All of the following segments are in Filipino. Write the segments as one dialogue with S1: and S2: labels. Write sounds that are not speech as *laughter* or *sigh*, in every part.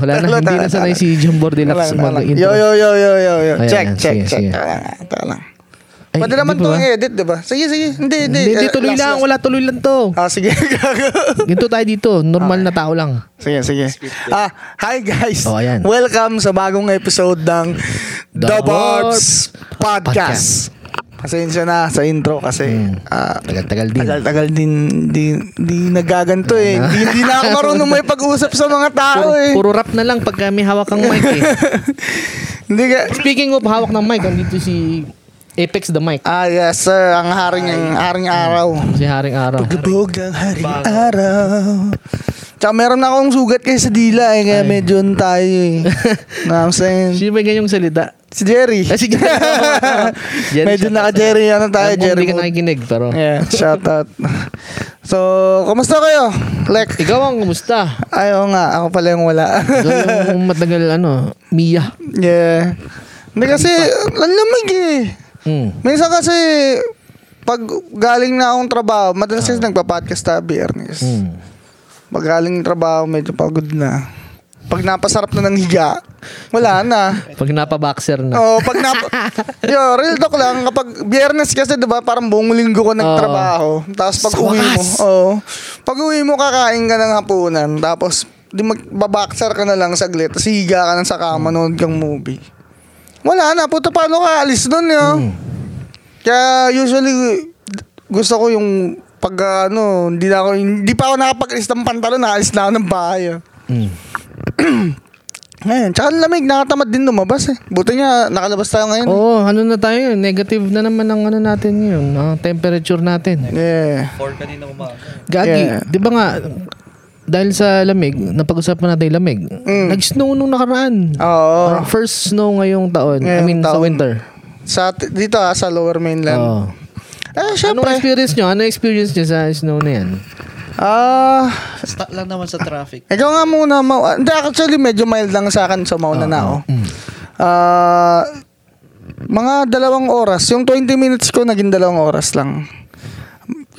S1: Wala na, hindi na sanay si Jambor Deluxe sa mga intro.
S2: Yo, yo, yo, yo, yo, yo.
S1: Ayan,
S2: check,
S1: ayan.
S2: check,
S1: Sige,
S2: check.
S1: sige.
S2: Tara lang, tara lang.
S1: Ay,
S2: Pwede
S1: di
S2: naman
S1: ba
S2: to
S1: ba?
S2: edit, di ba? Sige, sige. Hindi, hindi.
S1: Hindi, hindi,
S2: Eh,
S1: tuloy
S2: last,
S1: lang.
S2: last.
S1: Wala, tuloy lang to.
S2: Ah, sige, *laughs* gago.
S1: Ganito tayo dito. Normal na tao lang.
S2: Sige, sige. Ah, hi guys.
S1: Oh, ayan.
S2: Welcome sa bagong episode ng The,
S1: The
S2: Barbs
S1: Barbs
S2: Podcast. Pasensya na sa intro kasi ah,
S1: Tagal-tagal din.
S2: tagal-tagal din di, di nagaganto eh. Di, di na ako marunong may pag-usap sa mga tao
S1: Puro,
S2: eh.
S1: puro rap na lang pag may hawak kang mic eh.
S2: Hindi ka,
S1: Speaking of hawak ng mic, andito si Apex the mic.
S2: Ah, yes sir. Ang haring, ang haring araw.
S1: Si Haring Araw.
S2: Lubog ng haring araw. Tsaka meron na akong sugat kayo sa dila eh. Kaya medyo yun tayo
S1: *laughs*
S2: eh. Know what I'm saying?
S1: Sino ba yung ganyang salita?
S2: Si Jerry. *laughs*
S1: Ah, si Jerry. Jerry,
S2: medyo
S1: shout out
S2: naka-Jerry ano tayo,
S1: Alam ko
S2: Jerry. Eh,
S1: Hindi ka
S2: Mood.
S1: nakikinig pero.
S2: Yeah, shout out. So, kumusta kayo? Lek.
S1: Ikaw ang kumusta?
S2: Ayaw nga, ako pala yung wala. *laughs*
S1: Ikaw yung matagal ano, Mia.
S2: yeah. Hindi kasi, lalamig eh.
S1: Hmm.
S2: Minsan kasi, pag galing na akong trabaho, madalas kasi nagpa-podcast tayo biyernes.
S1: Ah. Hmm.
S2: Pag galing ng trabaho, medyo pagod na. Pag napasarap na ng higa, wala na.
S1: Pag napaboxer na.
S2: Oo, pag nap... Yo, real talk lang, kapag biyernes kasi, di ba, parang buong linggo ko nagtrabaho. Tapos pag
S1: Sa
S2: uwi mo,
S1: wakas!
S2: oo. pag uwi mo, kakain ka ng hapunan. Tapos, di magbabaksar ka na lang saglit. Tapos higa ka na sa kama, nood kang movie. Wala na, puto paano ka alis nun, yo? Kaya usually, gusto ko yung pag ano, hindi na ako, hindi pa ako nakapag-alis ng pantalon, naalis na ako ng bahay. yo.
S1: Hmm.
S2: Ngayon, tsaka ang lamig, nakatamad din lumabas eh. Buti nga, nakalabas tayo ngayon. eh.
S1: Oo, ano na tayo yun? Negative na naman ang ano natin yun, ang temperature natin.
S2: Yeah.
S1: Gagi,
S2: Yeah.
S1: di ba nga, dahil sa lamig, napag-usapan natin yung lamig, nag-snow nung nakaraan.
S2: Mm. Oo.
S1: Parang first snow ngayong taon. I
S2: Ngayong
S1: mean, sa
S2: taon.
S1: winter.
S2: Sa, dito ah, sa lower mainland.
S1: Oo.
S2: Eh,
S1: Oh. Anong
S2: syempre.
S1: experience nyo? Anong experience nyo sa snow na yan?
S2: Ah,
S3: Stuck lang naman sa traffic.
S2: ikaw nga muna. Mau- ah, Hindi, actually, medyo mild lang sa akin. So, mauna na
S1: ah.
S2: ako.
S1: Mm.
S2: Ah, mga dalawang oras. Yung 20 minutes ko, naging dalawang oras lang.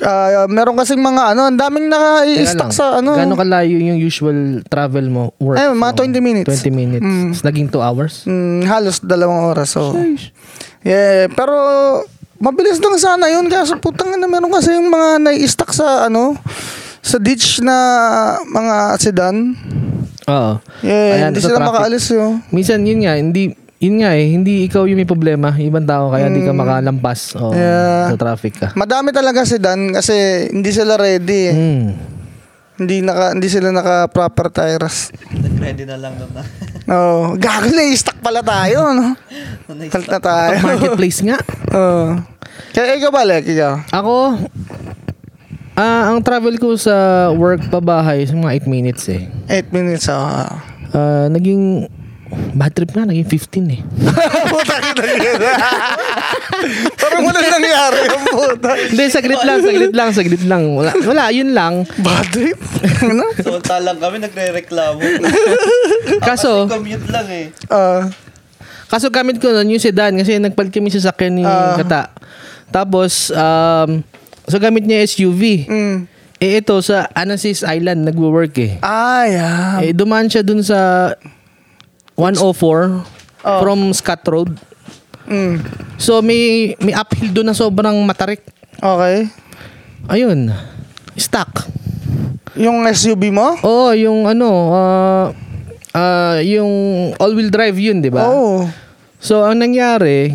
S2: Ah, meron kasing mga ano, ang daming
S1: Teka
S2: naka-i-stock
S1: lang,
S2: sa ano.
S1: Gano'ng kalayo yung usual travel mo? Work
S2: Eh, mga
S1: from
S2: 20 minutes.
S1: 20 minutes.
S2: Mm.
S1: Tapos Naging 2 hours?
S2: Mm, halos dalawang oras. oh. So. Yeah, Eh, pero mabilis lang sana yun. Kaso putang na meron kasi yung mga nai-stuck sa ano, sa ditch na mga sedan.
S1: Oo.
S2: Yeah,
S1: Ayan,
S2: hindi
S1: sa
S2: sila
S1: traffic.
S2: makaalis yun.
S1: Minsan yun nga, hindi yun nga eh, hindi ikaw yung may problema, ibang tao kaya hindi ka makalampas o
S2: Yeah. Eh.
S1: sa traffic ka.
S2: Madami talaga sedan kasi hindi sila ready. eh.
S1: Mm.
S2: Hindi naka hindi sila naka proper tires.
S3: Nag-ready na lang
S2: *laughs*
S3: naman.
S2: No, gago na stuck pala tayo,
S3: *laughs*
S2: no. Talt na tayo.
S1: Marketplace nga.
S2: Oo. Kaya ikaw balik, ikaw.
S1: Ako, ah, ang travel ko sa work pabahay, sa mga 8 minutes eh.
S2: 8 minutes, oh.
S1: Ah, naging bad trip nga, naging 15 eh.
S2: Puta kita yun. Parang wala nangyari ang puta.
S1: Hindi, saglit lang, saglit lang, saglit lang. Wala, wala yun lang.
S2: Bad trip. Ano?
S3: Sulta lang kami,
S1: *laughs*
S3: nagre-reklamo.
S1: Kaso,
S3: Commute lang eh.
S2: Ah,
S1: Kaso gamit ko nun yung sedan kasi nagpalit kami sa sasakyan ni Kata. Tapos, um, so gamit niya SUV.
S2: mm.
S1: Eh ito, sa Anasis Island, nagwo-work eh.
S2: Ah, yeah.
S1: eh dumaan siya dun sa 104 from Scott Road.
S2: Mm.
S1: So may, may uphill dun na sobrang matarik.
S2: Okay.
S1: Ayun, stuck.
S2: Yung SUV mo?
S1: Oo, yung ano, ah ah, yung all-wheel drive yun, di ba?
S2: Oo.
S1: So, ang nangyari,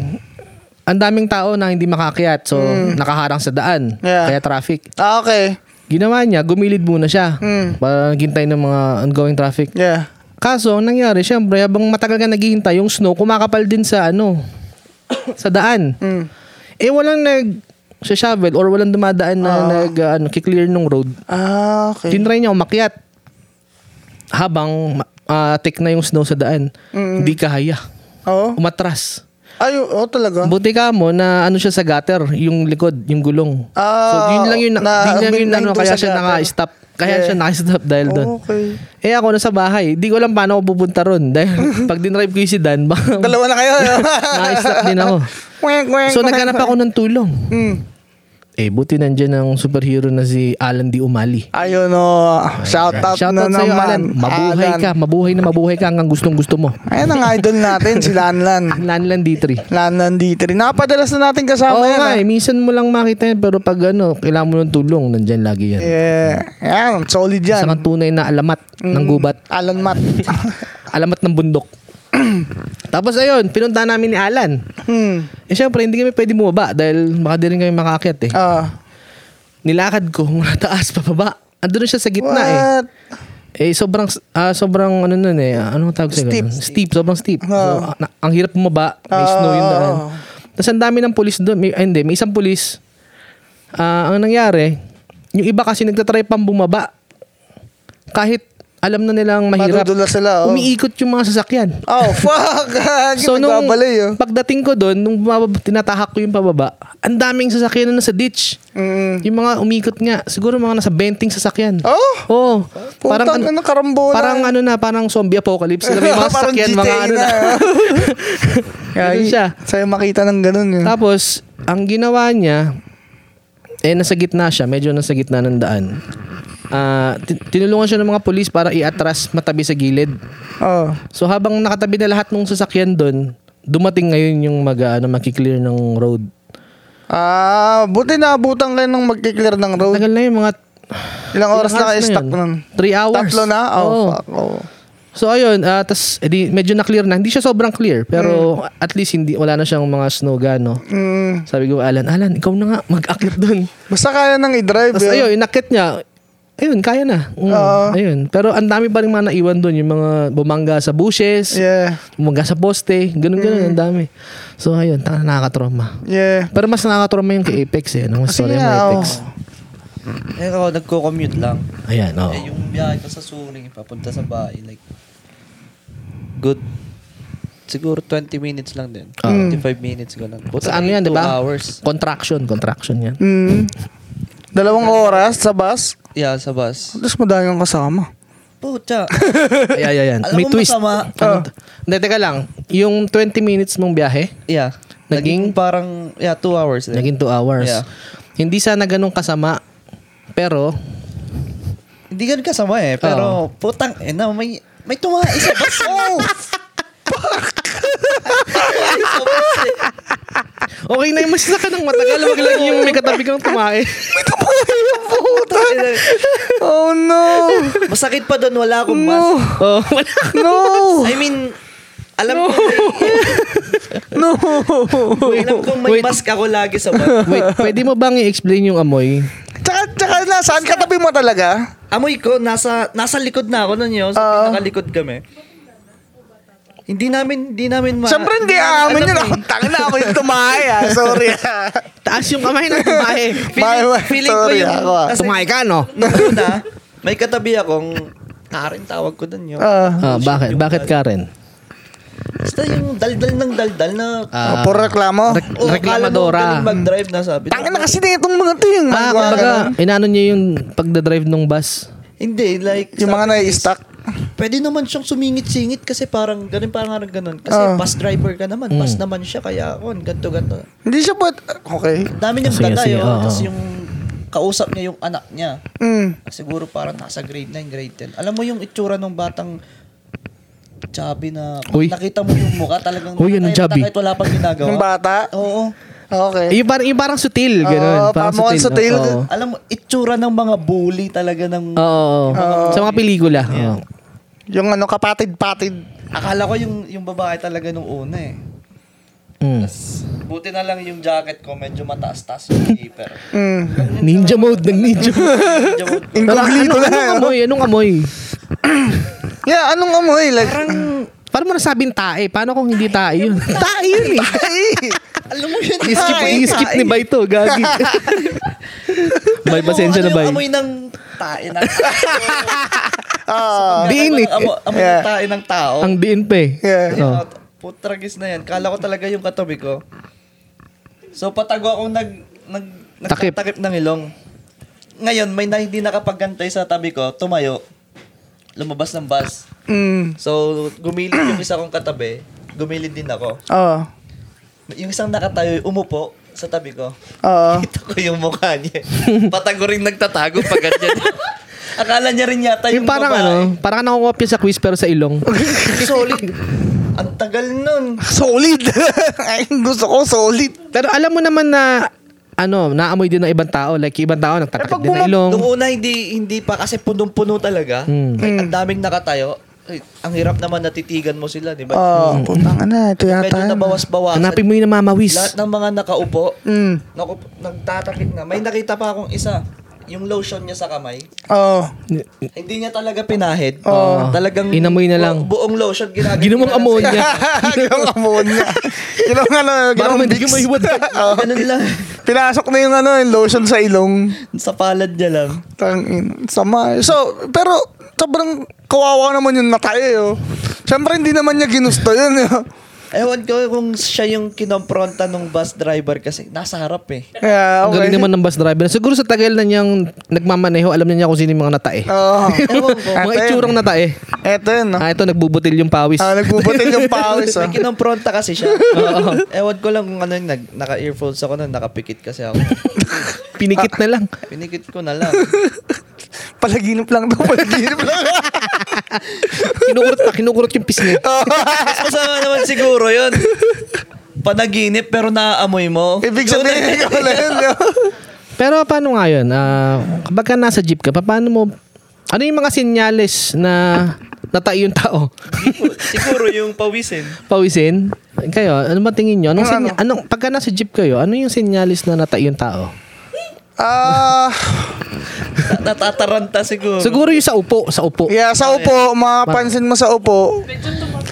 S1: ang daming tao na hindi makakyat. So, nakaharang sa daan.
S2: Yeah.
S1: Kaya traffic.
S2: Ah, okay.
S1: Ginawa niya, gumilid muna siya.
S2: Mm.
S1: Para naghintay ng mga ongoing traffic.
S2: Yeah.
S1: Kaso, ang nangyari, syempre, habang matagal ka naghihintay, yung snow, kumakapal din sa ano, *coughs* sa daan.
S2: Mm.
S1: Eh, walang nag sa shovel or walang dumadaan na nag ah, ano, kiklear ng road.
S2: Ah, okay.
S1: Tinry niya umakyat habang ah, tik na yung snow sa daan. Hindi kahaya.
S2: Oo.
S1: Umatras.
S2: Ay, oo talaga.
S1: Buti ka mo na ano siya sa gutter, yung likod, yung gulong. so
S2: Ah,
S1: yun lang yun, na,
S2: na-
S1: yun lang yun
S2: na-
S1: ano,
S2: hinto
S1: kaya
S2: sa
S1: siya
S2: gutter. Eh. Oh.
S1: naka-stop. Kaya
S2: Yeah.
S1: siya naka-stop dahil doon.
S2: Okay.
S1: Eh ako nasa bahay, di ko alam paano ako pupunta ron. *laughs* Dahil pag dinrive ko yung si Dan, baka
S2: Dalawa na kayo.
S1: naka-stop din ako.
S2: Kwek, kwek,
S1: So
S2: kwek.
S1: naghanap ako ng tulong.
S2: Mm.
S1: Eh, buti nandyan ang superhero na si Alan Di Umali.
S2: Ayun o. Shout out na
S1: Shoutout sa'yo, Alan.
S2: naman.
S1: Mabuhay
S2: Alan.
S1: ka. Mabuhay na mabuhay ka hanggang gustong-gusto mo.
S2: Ayan ang idol natin, si Lanlan.
S1: Lanlan D3.
S2: Lanlan D3. Napadalas na natin
S1: Oo
S2: kasama yan.
S1: nga,
S2: ah.
S1: eh, minsan mo lang makita yan, pero pag ano, kailangan mo ng tulong, nandyan lagi yan.
S2: Yeah. Ayan, solid Eh,
S1: Sa
S2: yan. Hmm. Mm.
S1: mga tunay na alamat ng gubat,
S2: Alan Matt. *laughs*
S1: alamat ng bundok. *clears throat* Tapos ayun, pinunta namin ni Alan.
S2: hmm.
S1: Eh syempre, hindi kami pwede bumaba dahil baka di rin kami makaakyat eh.
S2: Ah.
S1: Nilakad ko *laughs* mula taas, pababa. Andun na siya sa gitna eh.
S2: What?
S1: Eh, sobrang, ah, sobrang ano nun eh. Ano tawag sa
S2: Steep.
S1: ganun? Steep. Sobrang steep. So, ah, na- ang hirap bumaba. May snow
S2: Ah.
S1: yung daan. Tapos ang dami ng pulis doon. May, ay, hindi, may isang pulis. Ah, ang nangyari, yung iba kasi nagtatry pang bumaba. Kahit alam na nilang mahirap.
S2: Madudula sila. Oh.
S1: Umiikot yung mga sasakyan.
S2: oh, fuck. *laughs* so, nung... Babalay, oh.
S1: pagdating ko doon, nung bumababa, tinatahak ko yung pababa, ang daming sasakyan na nasa ditch.
S2: Mm.
S1: Yung mga umikot nga, siguro mga nasa 20 sasakyan.
S2: Oh,
S1: Oo.
S2: Putang ina, karambola.
S1: Parang ano na, parang zombie apocalypse. Alam mo, yung
S2: *laughs*
S1: mga
S2: Parang
S1: sasakyan, mga
S2: GTA
S1: ano na.
S2: na.
S1: *laughs* Ganun siya.
S2: Sa'yo makita ng ganun yun.
S1: Tapos, ang ginawa niya, eh, nasa gitna siya. Medyo nasa gitna ng daan. Ah, ti- tinulungan siya ng mga polis para i-atras matabi sa gilid.
S2: Oh.
S1: So, habang nakatabi na lahat ng sasakyan doon, dumating ngayon yung mag, ano, makiklear ng road.
S2: Ah, buti naabutan kayo nung magki-clear ng road.
S1: Tagal na yun, mga
S2: Ilang oras
S1: ilang
S2: na kayo stuck
S1: yun?
S2: nun?
S1: Three hours.
S2: Tatlo na? Oh,
S1: Oo.
S2: fuck. Oh.
S1: So ayun, ah, tas edi, medyo na-clear na. Hindi siya sobrang clear,
S2: Hmm.
S1: pero at least hindi wala na siyang mga snow gano.
S2: Mm.
S1: Sabi ko, Alan, Alan, ikaw na nga, mag-akit
S2: *laughs*
S1: doon.
S2: Basta kaya nang i-drive.
S1: Tapos
S2: yun.
S1: ayun, inakit niya. Ayun, kaya na. Mm, ayun. Pero ang dami pa rin mga naiwan doon. Yung mga bumangga sa bushes,
S2: Yeah. Hmm.
S1: bumangga sa poste, ganun-ganun, ang dami. So ayun, tanga, nakakatrauma.
S2: Yeah.
S1: Pero mas nakakatrauma yung kay Apex eh. Anong
S2: Kasi
S1: story mo,
S2: nga, oh.
S1: Apex?
S3: Eh ako, nagko-commute lang.
S1: Ayan, oo.
S3: Eh yung biyahe ko sa Suring, papunta sa bahay, like, good, siguro 20 minutes lang din. 25 minutes, ganun.
S1: Ah. Hmm. Sa ano yan, di ba?
S3: 2 hours.
S1: Contraction, contraction yan.
S2: Mm. Dalawang oras sa bus.
S3: Yeah, sa bus.
S2: Tapos madami kang kasama.
S1: *laughs*
S3: Pucha.
S1: Ay, ay, ayan.
S3: Alam
S1: May
S3: mo
S1: twist.
S3: masama. Ah.
S1: Ano to? Hindi, teka lang. Yung 20 minutes mong biyahe,
S3: Yeah.
S1: Naging-
S3: Naging, parang, yeah, 2 hours din.
S1: naging 2 hours.
S3: Yeah.
S1: Hindi sana ganun kasama. Pero,
S3: Hindi ganun kasama eh, pero putang ina, may, may tumaha isa
S1: *laughs*
S3: bus. oh!
S1: okay na yung masisa ka ng matagal. Wag lang yung may katabi kang
S3: *laughs*
S1: tumae.
S2: Oh no!
S3: Masakit pa doon, wala akong mask.
S1: oh, wala.
S2: No!
S3: I mean, alam ko,
S2: No!
S3: alam ko may
S1: Wait.
S3: mask ako lagi sa bus.
S1: Wait, pwede mo bang i-explain yung amoy?
S2: Tsaka, tsaka na, saan katabi mo talaga?
S3: Amoy ko, nasa, nasa likod na ako nun yun. Sa
S2: Oo.
S3: pinakalikod kami. Hindi namin, hindi namin ma...
S2: Siyempre hindi aamin yun. ah.
S3: alam
S2: Ako,
S3: eh.
S2: tangin na ako yung tumahay ah. Sorry ah.
S1: Taas yung kamay ng
S3: *laughs*
S1: tumae.
S2: Bye,
S3: Feeling,
S2: bye.
S3: feeling ko
S2: Sorry,
S3: yung...
S2: ako ah.
S3: kasi
S1: tumae ka, no?
S3: *laughs* nung una, may katabi akong... Karen tawag ko dun yun.
S2: Ah.
S1: Ah, bakit? Bakit Karen?
S3: Basta yung daldal ng daldal na...
S1: Ah,
S2: Puro reklamo.
S1: rek-
S3: oh, akala mo
S1: reklamadora.
S3: ganun mag-drive na sabi.
S2: Tangin na kasi na itong mga to yung
S1: Ah,
S2: mga
S1: kumbaga,
S2: ganun.
S1: inaano niya yung pagdadrive ng bus.
S3: Hindi, like...
S2: Yung mga
S3: sabi-
S2: nai-stuck.
S3: Pwede naman siyang sumingit-singit kasi parang ganun, parang parang ganun. Kasi
S2: Ah.
S3: bus driver ka naman, bus
S1: Mm.
S3: naman siya, kaya kon ganto ganto.
S2: Hindi siya pwede. Okay.
S3: Ang dami niyang
S1: Sige,
S3: tatay,
S1: sige, Ah,
S3: oh.
S1: oo.
S3: Tapos yung kausap niya yung anak niya.
S2: Mm.
S3: Siguro parang nasa grade 9, grade 10. Alam mo yung itsura ng batang chubby na
S1: Uy.
S3: nakita mo yung mukha talagang
S1: Uy, yan ang
S3: nakakairit na
S1: chubby.
S3: kahit wala pang ginagawa.
S2: Yung bata.
S3: Oo.
S2: Okay.
S1: Yung parang, yung parang sutil, ganun.
S2: Oo,
S1: parang
S2: pamukhang sutil.
S1: Oo.
S3: Alam mo, itsura ng mga bully talaga ng...
S1: Oo. Sa mga pelikula. Oo.
S2: Yung ano, kapatid-patid.
S3: Akala ko yung, yung babae talaga nung una eh.
S1: Mm.
S3: Buti na lang yung jacket ko, medyo mataas-taas yung
S1: *laughs*
S3: zipper.
S2: Mm.
S1: Ninja mode ng ninja mode.
S3: Medyo,
S2: Incognito
S1: Pero
S2: na.
S1: ano- Anong amoy? Anong amoy?
S2: Yeah, anong amoy? Like, *laughs*
S1: Paano mo nasabing tae? Paano kung hindi tae yun? tae yun eh.
S3: alam mo yun,
S1: I-skip,
S3: tae,
S1: i-skip
S3: tae.
S1: ni Bay to, gagi. Bay,
S3: Alam mo,
S1: pasensya na
S3: ano yung
S1: Bay.
S3: Amoy ng tae ng
S2: ah.
S1: *laughs* Di init.
S3: Amoy, amoy
S2: Yeah.
S3: ng tae ng tao.
S1: Ang diin pa eh.
S2: Yeah.
S1: Oh.
S3: Yun, Putragis na yan. Kala ko talaga yung katabi ko. So patago akong nag, nag,
S1: Takip.
S3: nagtatakip ng ilong. Ngayon, may na, hindi nakapagantay sa tabi ko, tumayo. Lumabas ng bus.
S2: Mm.
S3: So, gumilid yung isa kong katabi. Gumilid din ako.
S2: Oh.
S3: Yung isang nakatayo, umupo. sa tabi ko.
S2: Oo.
S3: Kita ko yung mukha niya. Patago rin nagtatago pag ganyan. *laughs* Akala niya rin yata
S1: Yung
S3: yung,
S1: parang
S3: babae.
S1: ano, parang nakukopya sa quiz pero sa ilong.
S3: Solid. Ang tagal nun.
S2: Solid. *laughs* Ay, gusto ko solid.
S1: pero alam mo naman na ano, naamoy din ng ibang tao. Like, yung ibang tao,
S3: Pero
S1: nagtatak
S3: pag
S1: din ng
S3: bumab-
S1: ilong.
S3: nung una hindi hindi pa kasi punong-puno talaga.
S1: Mm.
S3: May ang daming nakatayo. Ay, ang hirap naman natitigan mo sila, di ba?
S2: Oo, putang ina. Ito yata.
S3: Medyo
S2: yun.
S3: nabawas-bawasan.
S1: Hanapin mo yung namamawis.
S3: Lahat ng mga nakaupo,
S2: Mm.
S3: naku, nagtatakip na. May nakita pa akong isa, yung lotion niya sa kamay.
S2: Oo. *laughs*
S3: Hindi niya talaga pinahid.
S1: Oo.
S3: Talagang
S1: Inamoy na lang.
S3: bu- buong lotion ginagawa.
S1: Ginawang
S2: *laughs*
S1: ammonia.
S2: Ginawang ammonia. Ginawang ano,
S1: Parang
S2: ginawang
S1: hindi ka
S2: Vicks.
S1: maiwan.
S2: *laughs* Oo.
S3: *laughs* Ganun lang.
S2: Pinasok na yung ano, yung lotion sa ilong.
S3: sa palad niya lang.
S2: Tangin. Sama. So, pero sobrang kawawa naman yung natay oh. Siyempre, hindi naman niya ginusto yun. eh, oh. Yo.
S3: Ewan ko kung siya yung kinompronta nung bus driver kasi nasa harap eh.
S2: Yeah,
S1: Ang
S2: okay.
S1: galing naman ng bus driver. Siguro sa tagal na niyang nagmamaneho, alam na niya kung sino yung mga natae. *laughs*
S2: Oo.
S3: Ewan ko.
S1: mga
S2: Ate.
S1: itsurang natae.
S2: Eto yun, no?
S1: Ah, ito, nagbubutil yung pawis.
S2: Ah, nagbubutin yung pawis, ah.
S1: *laughs*
S3: May kinompronta kasi siya. Oo. Ewan ko lang kung ano yung nag, naka-earphones ako nun, nakapikit kasi ako.
S1: Pinikit na lang.
S3: Pinikit ko na lang.
S2: Palaginip lang daw, palaginip
S1: *laughs*
S2: lang.
S1: Kinukurot na, kinukurot yung pisngi.
S3: Mas masama naman siguro yun. Panaginip pero naaamoy mo.
S2: Ibig sabihin,
S3: Yun.
S2: ikaw na yun, yo.
S1: Pero paano nga yun? Ah, kapag ka nasa jeep ka, pa- paano mo... Ano yung mga sinyales na natai yung tao? *laughs*
S3: siguro yung pawisin.
S1: Pawisin? Kayo, ano ba tingin nyo? Anong, sinya- anong, pagka nasa jeep kayo, ano yung sinyalis na natai yung tao?
S2: Ah,
S3: Na- Natataranta siguro.
S1: Siguro yung sa upo, sa upo.
S2: yeah, sa upo, mapapansin mo sa upo.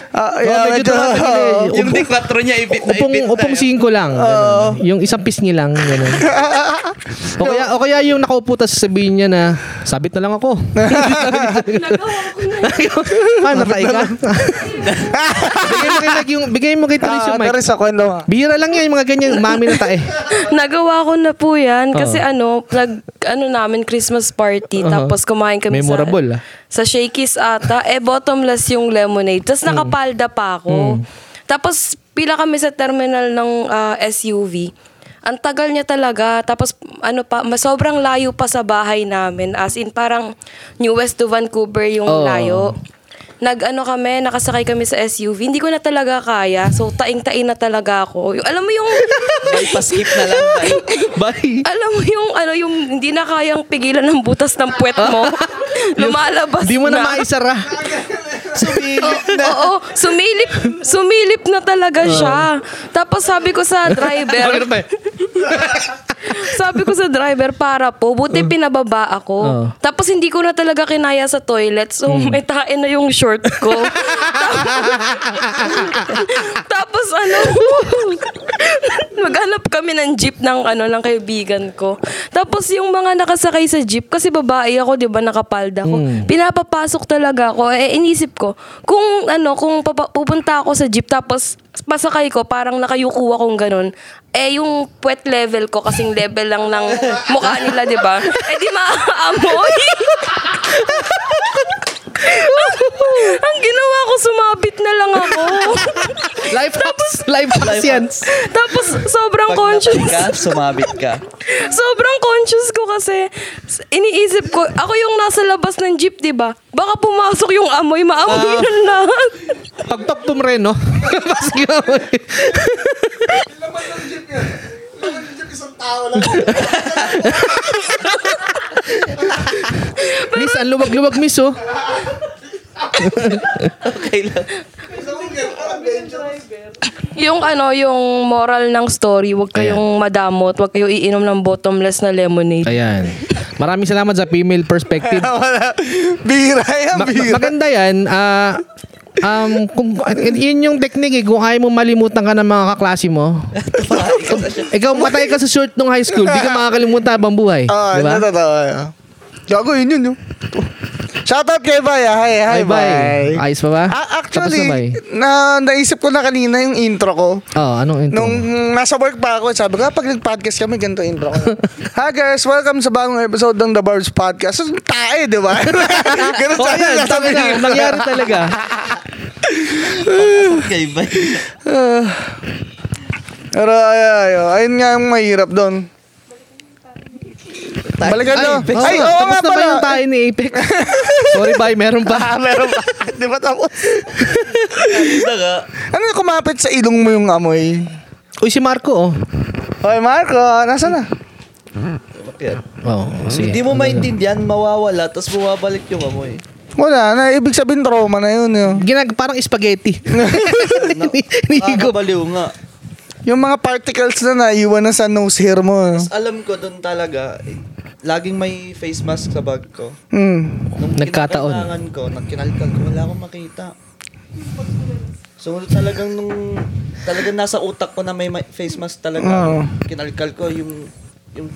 S2: Ah, yeah,
S1: Oh, medyo
S2: medyo,
S1: tumatagil eh.
S3: yung di quattro niya, ibit na
S1: Upong,
S3: ibit na.
S1: upong singko lang. ganun. Yung isang pisngi lang.
S3: *laughs*
S1: Ganun. o, kaya, o kaya yung nakaupo tapos sabihin niya na, sabit na lang ako.
S3: *laughs*
S1: ah, natay ka? *laughs* bigay mo kay Tag yung, bigay mo kay Tag
S2: Ah,
S1: yung mic.
S2: pero sa kwento mo.
S1: Bira lang yan yung mga ganyan. Mami na *laughs* tae.
S4: Nagawa ko na po yan kasi
S1: Ah.
S4: ano, nag, ano namin, Christmas party.
S1: Uh-huh.
S4: Tapos kumain kami
S1: Memorable, ah.
S4: sa... Sa Shakey's ata. Eh, bottomless yung lemonade. Tapos
S1: Hmm.
S4: nakapalda pa ako. Tapos pila kami sa terminal ng ah, SUV. Ang tagal niya talaga. Tapos ano pa, mas sobrang layo pa sa bahay namin. As in parang New West to Vancouver yung
S1: Oo.
S4: layo. Nag ano kami, nakasakay kami sa SUV. Hindi ko na talaga kaya. So taing-tain na talaga ako. Yung- Alam mo yung
S3: Ipaskip na lang. tayo.
S1: Bye.
S4: alam mo yung ano yung hindi na kayang pigilan ng butas ng puwet mo.
S1: *laughs*
S4: Lumalabas
S1: Di mo na maisara.
S3: Sumilip na.
S4: *laughs* Oo, sumilip, sumilip na talaga siya. Tapos sabi ko
S1: *laughs*
S4: sa
S1: Ah. Bakit
S4: driver,
S1: ba?
S4: sabi ko sa driver, para po, buti
S1: Ah.
S4: pinababa ako.
S1: Oh.
S4: Tapos hindi ko na talaga kinaya sa toilet, so
S1: Hmm.
S4: may tae na yung short
S1: *laughs*
S4: ko. *laughs* Tapos ano, maghanap kami ng jeep ng ano ng kaibigan ko. Tapos yung mga nakasakay sa jeep, kasi babae ako, di ba, nakapalda ko. Pinapapasok talaga ako. Eh, inisip ko, kung ano, kung papa- pupunta ako sa jeep, tapos pasakay ko, parang nakayuko akong ganun. Eh, yung puwet level ko, kasing level lang ng mukha nila, di ba? Eh, di maaamoy. *laughs* Ang ginawa ko, sumabit na lang ako. *laughs*
S1: Life hacks. Life hacks yan.
S4: Tapos, sobrang
S3: Pag
S4: conscious.
S3: napatay ka, sumabit ka.
S4: *laughs* sobrang conscious ko kasi s- iniisip ko, ako yung nasa labas ng jeep, di ba? Baka pumasok yung amoy, maamoy
S1: Ah.
S4: na lahat. *laughs*
S1: Pagpap rin, *laughs* no? Paski na mo. Miss, ang luwag-luwag, miss, oh.
S3: Okay lang.
S4: Yung ano, yung moral ng story, huwag kayong madamot, huwag kayong iinom ng bottomless na lemonade.
S1: Ayan. Maraming salamat sa female perspective.
S2: Wala. Bira yan,
S1: Ma- ma-
S2: bira.
S1: maganda yan. Ah, um, kung, yun yung technique eh. Kung ayaw mo malimutan ka ng mga
S2: *laughs*
S1: kaklase mo,
S3: Tumahay ka na siya.
S1: ikaw matay ka sa short nung high school, di ka makakalimutan habang buhay.
S2: Ah,
S1: Di ba?
S2: ano totoo yun. Gago, yun yun. yun. Shoutout kay Bay, ah. Hi, hi,
S1: Ay, bye.
S2: Bay.
S1: Ayos pa ba?
S2: Ah,
S1: Tapos
S2: actually,
S1: na, bay.
S2: na, naisip ko na kanina yung intro ko.
S1: Oh, anong intro?
S2: Nung nasa work pa ako, sabi ko, "Ah, pag nag-podcast kami, ganito yung intro *laughs* ko. Hi guys, welcome sa bagong episode ng The Barbs Podcast. So, tae, di *laughs* ba? ganun
S1: Oh,
S2: sa akin.
S1: ayan,
S2: *laughs* sabi
S1: tama na.
S2: ko.
S1: Nangyari talaga.
S2: *laughs*
S3: Okay, bye.
S2: Pero ay, ay, ay, ayun nga yung mahirap doon. Balikan nyo.
S1: Apex.
S2: Ay,
S1: Oh,
S2: oo
S1: tapos
S2: nga
S1: na ba
S2: pala.
S1: yung tayo ni
S2: *laughs*
S1: Apex? Sorry, bye. Meron pa.
S2: Ah, meron pa. *laughs* Di ba tapos? ano yung kumapit sa ilong mo yung amoy?
S1: Uy, si Marco, oh.
S2: Hoy Marco, nasa na?
S3: Yan.
S1: Oh, sige.
S3: Hindi mo maintindihan, mawawala, tapos bumabalik yung amoy.
S2: Wala na. Ibig sabihin trauma na yun. eh. Yung,
S1: Ginag, parang
S2: *laughs*
S1: spaghetti. *laughs* Ni- Nihigop.
S3: Nakakabaliw nga.
S2: yung mga particles na naiwan na sa nose hair mo. eh.
S3: Tapos alam ko doon talaga, eh, laging may face mask sa bag ko.
S2: Hmm.
S3: Nung
S1: Nagkataon.
S3: kinakailangan ko, nagkinalkal ko, wala akong makita. So talagang nung, talagang nasa utak ko na may ma- face mask talaga.
S2: Oo.
S3: Kinalkal ko yung, yung,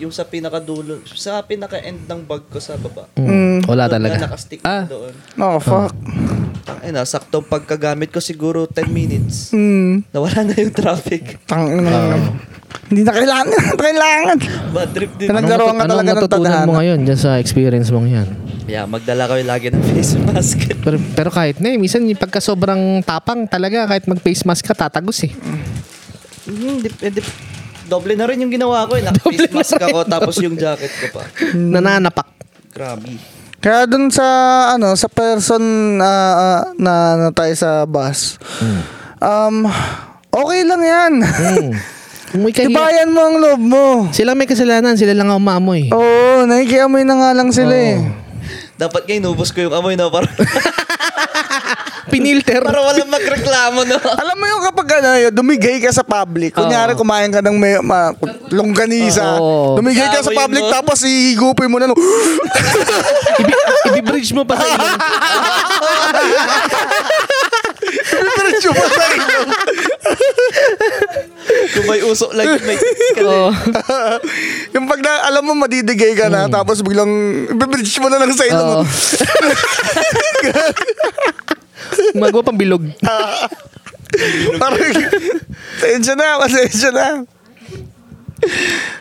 S3: yung sa pinakadulo, sa pinaka-end ng bag ko sa baba.
S2: Hmm.
S1: Mm, wala
S3: Doon
S1: talaga.
S3: na Nakastick
S1: Ah.
S3: doon.
S2: Oh, fuck.
S3: Ay na, saktong pagkagamit ko siguro 10 minutes.
S2: Hmm.
S3: Nawala na yung traffic.
S2: Tang, Hindi na kailangan. *laughs* Hindi na kailangan.
S3: Bad trip din.
S2: Pinag-
S1: Anong
S2: Naglaro ka
S1: natu- anong
S2: talaga ng
S1: natutunan mo
S2: tadhana.
S1: ngayon dyan sa experience mong yan?
S3: Yeah, magdala kayo lagi ng face mask.
S1: Pero, pero kahit na eh, minsan yung pagka sobrang tapang talaga, kahit mag-face mask ka, tatagos eh.
S3: Hmm, dip, eh, dip- doble na rin yung ginawa ko eh. Naka-face mask ako tapos yung jacket ko pa.
S2: Hmm.
S1: Nananapak.
S3: Grabe.
S2: Kaya dun sa ano sa person ah, ah, na natay sa bus. Um okay lang 'yan. *laughs*
S1: Mm. Umuwi ka hirap.
S2: Ibayan mo ang loob mo.
S1: Sila may kasalanan, sila lang ang umaamoy.
S2: Oo, nakikiamoy na nga lang sila eh.
S3: Dapat nga inubos ko yung amoy na *laughs* para,
S1: Pinilter.
S3: para walang magreklamo no.
S2: Alam mo yung kapag ano, yun, dumigay ka sa public. Kunyari, kumain ka ng may, ma, longganisa.
S1: Oo.
S2: Dumigay ka sa
S3: Amoy
S2: public
S3: mo.
S2: tapos ihigupin mo na. no.
S1: Ibibridge mo pa sa
S2: *laughs*
S1: ilong.
S2: *gasps* Diretso pa sa iyo.
S3: Kung may usok lagi may kiss ka
S1: Oo.
S2: *laughs* yung pag na, alam mo, madidigay ka
S1: Hmm.
S2: na, tapos biglang, bibridge mo na lang sa ilong.
S1: Oo. Magawa pang bilog.
S2: *laughs* Parang, tensya na, pasensya na.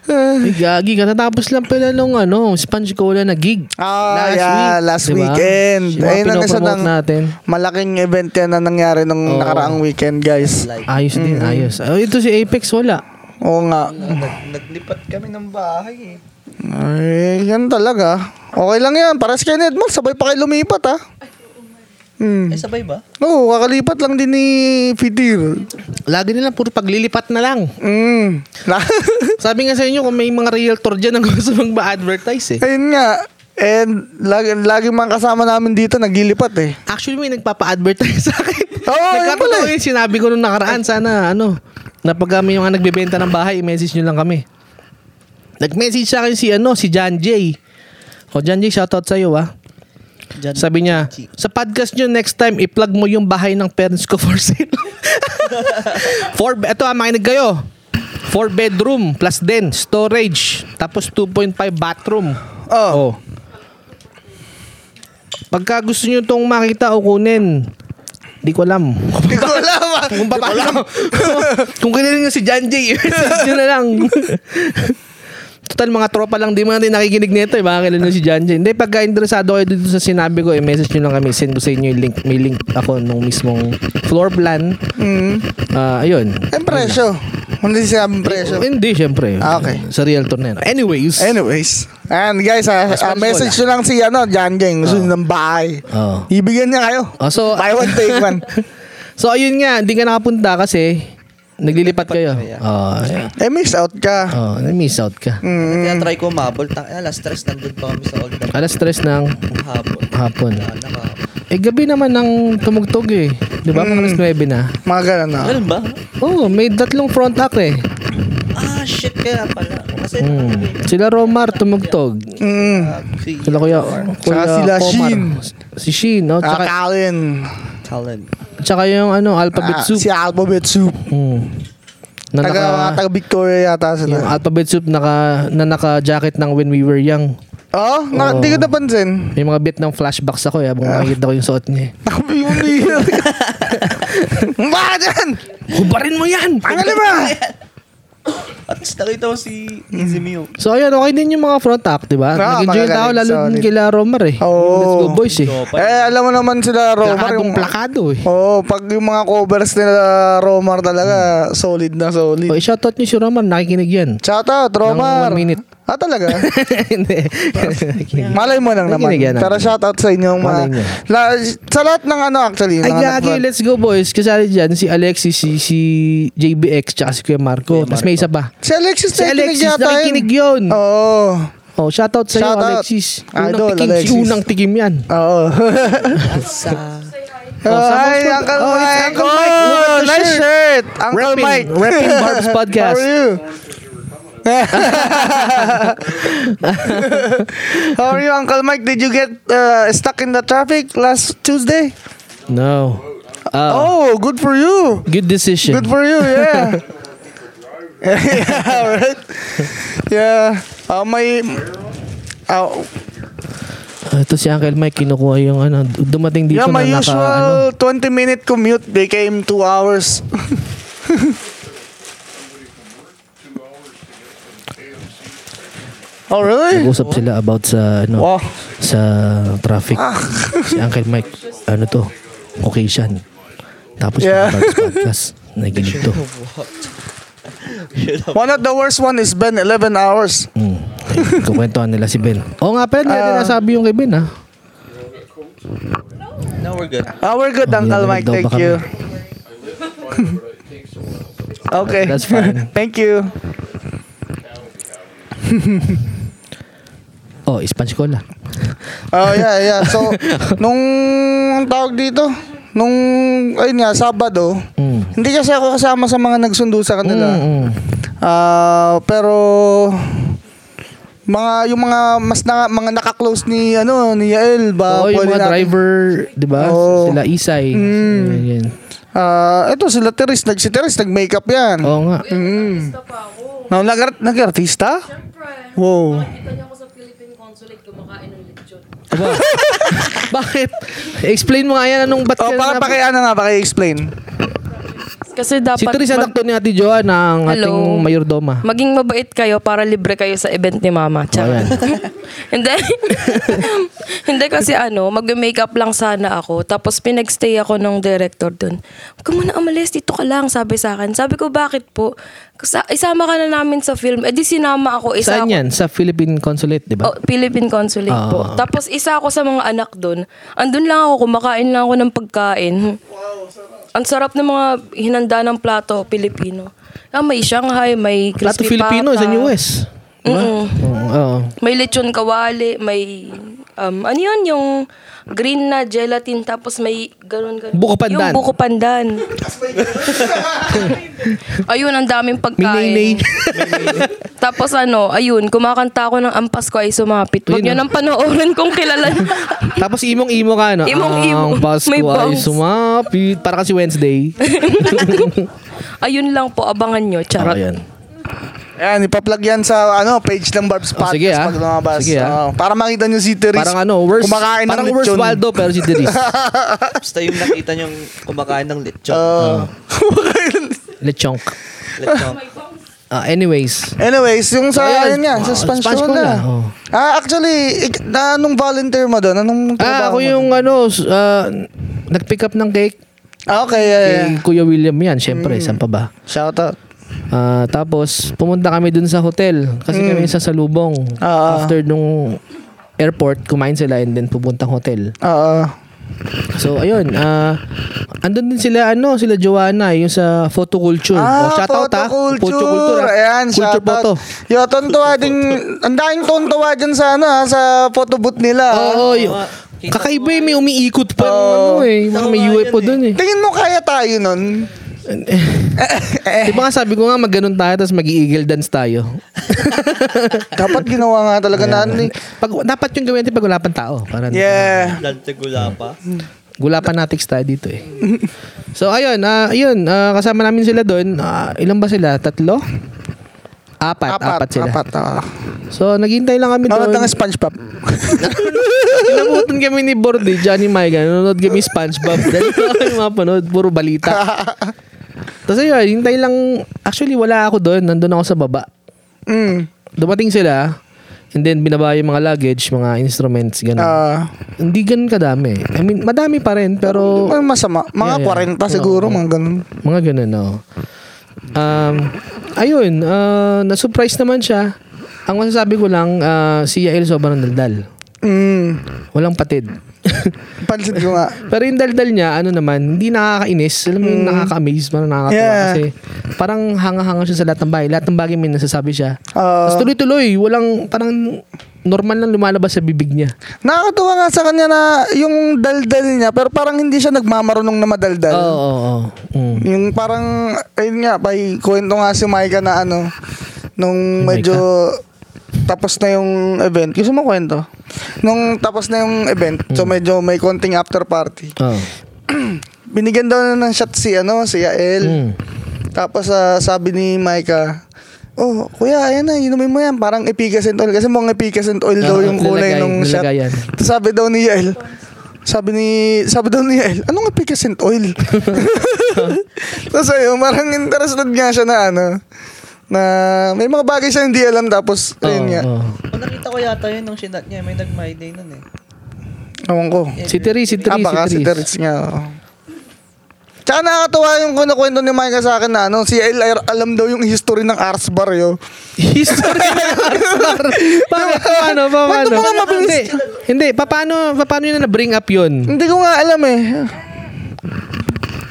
S1: Ay, gagi ka. Natapos lang pala nung ano, sponge cola na gig.
S2: Ah, yeah, last
S1: Diba?
S2: weekend.
S1: Yung mga
S2: Ayun ang isa
S1: pinopromote
S2: ng-
S1: natin.
S2: Malaking event yan na nangyari nung
S1: Oo. ah.
S2: nakaraang weekend, guys.
S3: Like,
S1: Ayos din, ayos. Oh, ito si Apex, wala.
S2: Oo nga.
S3: nag, naglipat kami ng bahay eh.
S2: Ay, yan talaga. Okay lang yan. Para sa Kenneth Mall, sabay pa kayo lumipat, ha? Hmm.
S3: Eh, sabay ba?
S2: Oo, kakalipat lang din ni Fidir.
S1: Lagi nila puro paglilipat na lang.
S2: Hmm. *laughs*
S1: Sabi nga sa inyo, kung may mga realtor dyan ang gusto mong ba-advertise eh.
S2: Ayun nga. And lagi, lagi mga kasama namin dito nagilipat eh.
S1: Actually, may nagpapa-advertise *laughs* sa akin.
S2: Oo, yun
S1: Nagkatotoo
S2: pala eh.
S1: yun, sinabi ko nung nakaraan, sana ano, napagami yung mga nagbebenta ng bahay, i-message nyo lang kami. Nag-message sa akin si ano, si John J. O John J, shoutout sa'yo ah.
S3: Diyan.
S1: Sabi niya, sa podcast nyo next time, i-plug mo yung bahay ng parents ko for *laughs* sale. Four, ito ah, makinig kayo. Four bedroom plus den, storage. Tapos 2.5 bathroom.
S2: Oh.
S1: Pagka gusto nyo itong makita o kunin, di ko alam.
S2: Hindi ko alam ah.
S1: Kung pa paano. *laughs* Kung kailan nyo si John J, *laughs* message nyo na
S2: *laughs*
S1: lang. Total, mga tropa lang. Di mo natin nakikinig nito eh. Baka kilala nyo si John J. Hindi, pagka interesado kayo dito sa sinabi ko, i-message nyo lang kami. Send ko sa inyo yung link. May link ako nung mismong floor plan.
S2: Hmm.
S1: Ah, ayun.
S2: Ang presyo. Hindi siya ang presyo.
S1: Eh, Hindi, syempre.
S2: Ah, okay.
S1: Sa realtor na yun. Anyways.
S2: Anyways. Ayan guys, ah, ah, message nyo lang si ano, Jan Jeng. Gusto nyo ng bahay.
S1: Oo.
S2: Ibigyan niya kayo.
S1: Ah, so-
S2: Buy one,
S1: *laughs*
S2: take one.
S1: so, ayun nga. Hindi ka nakapunta kasi naglilipat kayo. Ah, Oo. ayun.
S2: eh, miss out ka. Mm,
S1: Oo, na-miss out ka.
S3: Tinatry ko mabol. Tang, eh, alas stress nandun pa kami sa all the
S1: Alas stress ng
S3: hapon.
S1: hapon.
S3: Ah, naka-
S1: Eh, gabi naman ng tumugtog eh. Di ba? Mga alas 9 na.
S2: Mga ganun ah. na.
S3: Ganun ba?
S1: Oo, may tatlong front act eh.
S3: Ah, shit kaya pala. Kasi
S1: Mm. Sila Romar tumugtog.
S2: Mm.
S3: Ah, si
S1: Sila Kuya, kuya
S2: sila
S1: Omar.
S2: Shin.
S1: Si Shin, no?
S2: Ah,
S1: Tsaka,
S2: Colin.
S3: Talon.
S1: tsaka yung ano,
S2: Ah,
S1: Alphabet Soup.
S2: si Alphabet Soup.
S1: Mm. Na
S2: Taga,
S1: naka,
S2: taga Victoria yata
S1: yung
S2: sila.
S1: Alphabet Soup naka, na naka-jacket ng When We Were Young.
S2: Oh, hindi ko napansin.
S1: May mga bit ng flashbacks ako eh, habang
S2: Ah.
S1: nakikita ko yung suot niya. eh. *laughs*
S2: Nakapiyulir. Bakit yan?
S1: Hubarin mo yan!
S2: Ang
S1: *laughs*
S2: ano alam mo!
S3: At least na nakita ko si Easy Mio.
S1: So ayun, okay din yung mga front act, di ba?
S2: Ah,
S1: Nag-enjoy
S2: magaling.
S1: tao lalo
S2: Solid.
S1: din kila Romar eh.
S2: Oo.
S1: Let's go boys
S3: Mm.
S1: eh.
S2: Eh, alam mo naman sila Romar.
S1: Plakadong plakado eh.
S2: Oo, oh, pag yung mga covers nila Romar
S1: Hmm.
S2: talaga, solid na solid.
S1: Oh, shoutout niyo si Romar, nakikinig yan.
S2: Shoutout, Romar.
S1: Ng one minute. *laughs*
S2: Ah, talaga?
S1: Hindi.
S2: Malay mo lang naman.
S1: Nakikinig yan,
S2: Pero
S1: nakikinig.
S2: shoutout sa inyo. Mga,
S1: Malay niyo.
S2: la, sa lahat ng ano actually.
S1: Ay,
S2: ng anak
S1: gagi,
S2: ko.
S1: let's go boys. Kasali dyan si Alexis, si, si JBX, tsaka si Kuya Marco. Tapos may isa pa.
S2: Si Alexis
S1: Si
S2: nakikinig
S1: Alexis,
S2: yata yun.
S1: nakikinig yun.
S2: Oo. Oo.
S1: Oh, shoutout sa'yo,
S2: Shoutout.
S1: Alexis. Unang
S2: Idol,
S1: tikim, si
S2: Alexis.
S1: unang tikim yan.
S2: Oh.
S3: Sa...
S2: Hi, Uncle
S1: Oh, it's
S2: Mike. Oh,
S1: Uncle Mike. Look at the
S2: nice shirt. Uncle
S1: Repping-
S2: Mike. *laughs*
S1: repping Barb's podcast.
S2: How are
S1: *laughs*
S2: you? How are you, Uncle Mike? Did you get uh, stuck in the traffic last Tuesday?
S1: No. Ah,
S2: Oh, good for you.
S1: Good decision.
S2: Good for you,
S1: *laughs*
S2: yeah. *laughs* yeah, right? Yeah. Uh, may... Uh,
S1: Ah, ito si Uncle Mike, kinukuha yung ano, dumating dito
S2: yeah, my
S1: na naka,
S2: usual
S1: ano.
S2: 20-minute commute became 2 hours. *laughs* oh, really?
S1: Nag-usap sila about sa, ano,
S2: Wow.
S1: sa traffic.
S2: Ah.
S1: si Uncle Mike, ano to, occasion. Tapos
S2: Yeah.
S1: yeah. podcast, naginig
S2: *laughs*
S1: to.
S2: One of the worst one is Ben, 11 hours.
S1: Mm. Kukwentuhan nila si Ah. Ben. Oo nga pala, hindi natin nasabi yung kay Ben ha.
S3: Now we're good.
S2: Ah, we're good,
S1: Oh,
S2: Uncle
S1: yeah,
S2: Mike.
S1: daw
S2: Thank
S1: baka
S2: you. *laughs* okay.
S1: That's fine.
S2: Thank you.
S1: Oh, Spanish Cola.
S2: Oh, yeah, yeah.
S1: *laughs*
S2: So, nung ang tawag dito, nung, ayun nga, Sabado,
S1: Mm.
S2: hindi kasi ako kasama sa mga nagsundo sa kanila.
S1: Mm.
S2: Ah, pero mga yung mga mas na, mga naka-close ni ano ni Yael ba
S1: Oo, Oh, yung
S2: pwede
S1: mga
S2: natin-
S1: driver, di ba?
S2: Oo.
S1: Sila Isay.
S2: Mm.
S1: Yan, yan.
S2: Ah, ito sila Teres, nag si Teres nag-makeup 'yan.
S1: Oo nga.
S2: Mm.
S4: Basta pa ako.
S2: Now, nag nag-artista? Oh,
S4: Siyempre.
S2: Wow.
S4: Nakita niya ako sa Philippine Consulate kumakain ng lechon.
S2: Diba?
S1: Aba. *laughs* Bakit? Explain mo nga yan, anong ba't
S2: Oh,
S1: ka
S2: para
S1: na-
S2: paki ano nga, paki-explain.
S4: Kasi dapat
S1: Si Teresa
S4: mag-
S1: Dakto ni Ate Joan ang ating
S4: Hello.
S1: mayordoma.
S4: maging mabait kayo para libre kayo sa event ni Mama. Tsaka. *laughs* Hindi. *laughs* Hindi kasi ano, mag-makeup lang sana ako. Tapos pinagstay ako ng director dun. Huwag ka muna umalis, dito ka lang, sabi sa akin. Sabi ko, bakit po? Kasi isama ka na namin sa film. Eh di sinama ako. Isa
S1: Saan
S4: ako,
S1: yan? Sa Philippine Consulate, diba? di ba?
S4: Oh, Philippine Consulate
S1: Ah.
S4: po. Tapos isa ako sa mga anak doon. Andun lang ako, kumakain lang ako ng pagkain. Ang sarap ng mga hinanda ng plato, Pilipino. Ah, may Shanghai, may
S1: Plato
S4: crispy
S1: Filipino
S4: pata.
S1: sa US. Di ba?
S4: Mm-mm.
S1: Oo.
S4: May lechon kawali, may... Um, ano yun? Yung green na gelatin, tapos may ganun ganun.
S1: Buko pandan.
S4: Yung buko
S1: *laughs*
S4: pandan. ayun, ang daming pagkain.
S1: Minay-nay.
S4: Tapos ano, ayun, kumakanta ako ng Ampas ko ay sumapit. Huwag
S1: Ayun,
S4: nyo nang panoorin kung kilala.
S1: Tapos imong-imo ka, no?
S4: Imong-imo.
S1: Ang Pasko
S4: May
S1: ay
S4: bounce.
S1: sumapit. Para kasi
S2: *laughs*
S1: Wednesday.
S4: *laughs* ayun lang po, abangan nyo.
S1: Oo,
S4: Charot.
S1: yan.
S2: Ayan, ipa-plug yan sa ano, page ng Barb's
S1: Oh,
S2: Podcast
S1: sige, ah.
S2: pag lumabas.
S1: Sige, ah.
S2: Oo, para makita nyo si Teres.
S1: Parang ano, worst,
S2: kumakain ng
S1: parang worst
S2: lechon.
S1: Waldo, pero
S2: *laughs*
S1: si Teres.
S3: Basta yung nakita niyong kumakain ng lechon. Ah,
S2: Oo.
S1: Lechonk.
S3: lechon.
S1: Ah, anyways.
S2: Anyways, yung sa,
S1: Ayan.
S2: yun nga, sa
S1: Wow,
S2: Spanish,
S1: Spanish
S2: Cola.
S1: Cola, oh.
S2: Ah, actually, ik- na, anong volunteer mo doon? Anong
S1: Ah,
S2: trabaho
S1: ako
S2: mo
S1: yung ano, s- ah, nag-pick up ng cake.
S2: doon? Ah, okay, yeah, yeah.
S1: Kay Eh, Kuya William yan, syempre,
S2: Mm.
S1: saan pa ba?
S2: Shout out.
S1: Ah, tapos, pumunta kami dun sa hotel. Kasi kami sa Salubong.
S2: Mm. Ah.
S1: After nung airport, kumain sila and then pupunta hotel.
S2: Oo.
S1: So, ayun. ah andun din sila, ano, sila Joanna, yung sa photoculture.
S2: ah,
S1: Oh, shout out, ah.
S2: photoculture.
S1: Photoculture, ah.
S2: Ayan,
S1: culture
S2: shout out.
S1: photo.
S2: Yo, tontuwa din. Ang daming tontuwa dyan sa, ano, ah, sa photo booth nila. ah.
S1: Oo, yun. Kakaiba eh, may umiikot pa. ano eh, mga may UFO dun eh.
S2: Tingin mo kaya tayo nun?
S1: *laughs* eh. Di ba nga sabi ko nga, mag ganun tayo, tapos mag-eagle dance tayo.
S2: Dapat ginawa nga talaga na. ano eh.
S1: Pag, dapat yung gawin natin pag wala pang tao. Parang,
S2: Yeah.
S3: Dante gulapa.
S1: Gulapan natin tayo dito eh. so ayun, ah, ayun, ah, kasama namin sila doon. Ah, ilan ba sila? Tatlo? Apat, apat, sila.
S2: Apat, ah.
S1: So naghintay lang kami doon.
S2: Nanonood ng SpongeBob.
S1: Pinabutan kami ni Bordy, Johnny Maiga. Nanonood kami
S2: *laughs*
S1: SpongeBob. Dali ko kami mapanood. Puro balita. Tapos ayun, hintay lang. Actually, wala ako doon. Nandun ako sa baba.
S2: Mm.
S1: Dumating sila, and then binaba yung mga luggage, mga instruments, gano'n.
S2: Ah,
S1: Hindi ganun kadami. I mean, madami pa rin, pero
S2: ano masama. Mga
S1: Yeah, yeah.
S2: 40 siguro, mga ganun.
S1: mga ganun, no. Um, ayun, ah, na-surprise naman siya. Ang masasabi ko lang, ah, si Yael sobrang daldal.
S2: Mm.
S1: Walang patid. *laughs*
S2: Pansin ko nga.
S1: Pero yung daldal niya, ano naman, hindi nakakainis. Alam mo yung nakaka-amaze, parang nakakatawa.
S2: Mm. Yeah.
S1: Kasi parang hanga-hanga siya sa lahat ng bagay. Lahat ng bagay may nasasabi siya.
S2: Ah,
S1: Tapos tuloy-tuloy, walang parang normal lang lumalabas sa bibig niya.
S2: nakakatuwa nga sa kanya na yung daldal niya, pero parang hindi siya nagmamarunong na madaldal.
S1: Oo, oo, oo. Mm.
S2: Yung parang, ayun nga, pay, kwento nga si Micah na ano, nung medyo tapos na yung event. Gusto mo kwento? Nung tapos na yung event, so medyo may konting after party. *clears throat*
S1: Oo.
S2: Binigyan daw na ng shot si ano, si Yael.
S1: Mm.
S2: Tapos ah, sabi ni Micah, Oh, kuya, ayan na, inumin mo yan. Parang Epicas and oil. Kasi mukhang Epicas and oil daw
S1: Oo,
S2: yung kulay
S1: nilagay-
S2: nung shot.
S1: nilagayan.
S2: Tapos Sabi daw ni Yael, sabi ni sabi daw ni Yael, anong Epicas and
S1: *laughs*
S2: oil? Tapos ayun, parang interested nga siya na ano, na may mga bagay siya hindi alam tapos ayun
S1: Oo,
S2: nga.
S1: oo.
S3: Kung nakita ko yata yun nung sinat niya, may nag-my day nun eh.
S2: Ewan ko.
S1: Si Therese, si
S2: Ah, baka
S1: Therese,
S2: si
S1: si Therese.
S2: Terrence nga. oo. Tsaka nakakatuwa yung kwento ni Micah sa akin na ano, si Yael ay alam daw yung history ng Ars Bar yo.
S1: History ng Arsar. Paano, paano, paano? Mm.
S2: Ba't mga mabilis?
S1: Hindi, hindi, paano, paano yun na na-bring up yun?
S2: Hindi ko nga alam eh.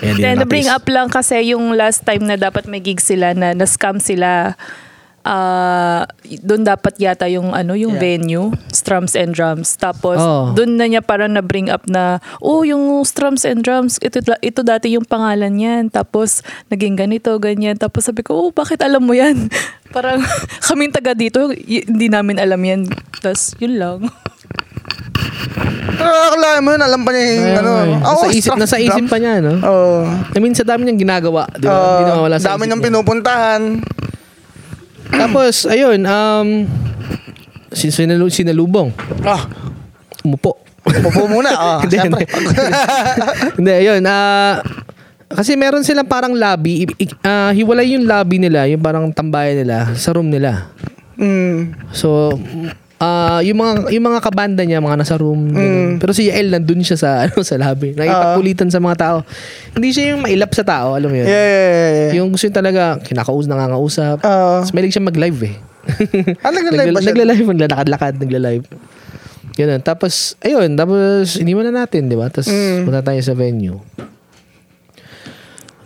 S1: Ayan, hindi
S5: Then,
S1: na
S5: bring
S1: na-please.
S5: up lang kasi yung last time na dapat may gig sila na na-scam sila. ah doon dapat yata yung ano yung
S3: Yeah.
S5: venue strums and drums tapos
S1: Oh.
S5: doon na niya parang na bring up na oh yung strums and drums ito ito dati yung pangalan niyan tapos naging ganito ganyan tapos sabi ko oh bakit alam mo yan *laughs* parang kaming taga dito y- hindi namin alam yan tapos yun lang *laughs*
S2: Pero akala mo yun, alam pa niya yung
S1: Ayan,
S2: ano.
S1: ayan.
S2: Oo,
S1: nasa isip,
S2: strap
S1: nasa isip
S2: drop.
S1: pa niya, no?
S2: Oo.
S1: I mean, sa dami niyang ginagawa, di ba? Hindi
S2: Oo,
S1: nawawala
S2: dami
S1: sa isip
S2: niyang
S1: niya.
S2: pinupuntahan.
S1: Tapos, ayun, um, sin- sinalu- sinalubong.
S2: Ah,
S1: Umupo.
S2: upo muna. Ah,
S1: *laughs* Hindi,
S2: syempre. *laughs*
S1: Hindi, ayun. ah, kasi meron silang parang lobby. I- i- ah, hiwalay yung lobby nila, yung parang tambayan nila sa room nila.
S2: mm.
S1: So, ah, yung mga yung mga kabanda niya mga nasa
S2: Mm.
S1: room ganun. pero si Yael nandun siya sa *laughs* ano sa lobby nakipagkulitan sa mga tao hindi siya yung mailap sa tao alam mo yun
S2: Yeah, yeah, yeah, yeah. Ah.
S1: yung gusto niya talaga kinakaus nangangausap
S2: Oo.
S1: Tapos mahilig siya mag-live eh.
S2: Ah, nagla-live ba siya?
S1: Nagla-live, naglalakad-lakad, nagla-live. Ganun. Tapos, ayun, tapos iniwan na natin, di ba? Tapos
S2: Mm.
S1: punta tayo sa venue.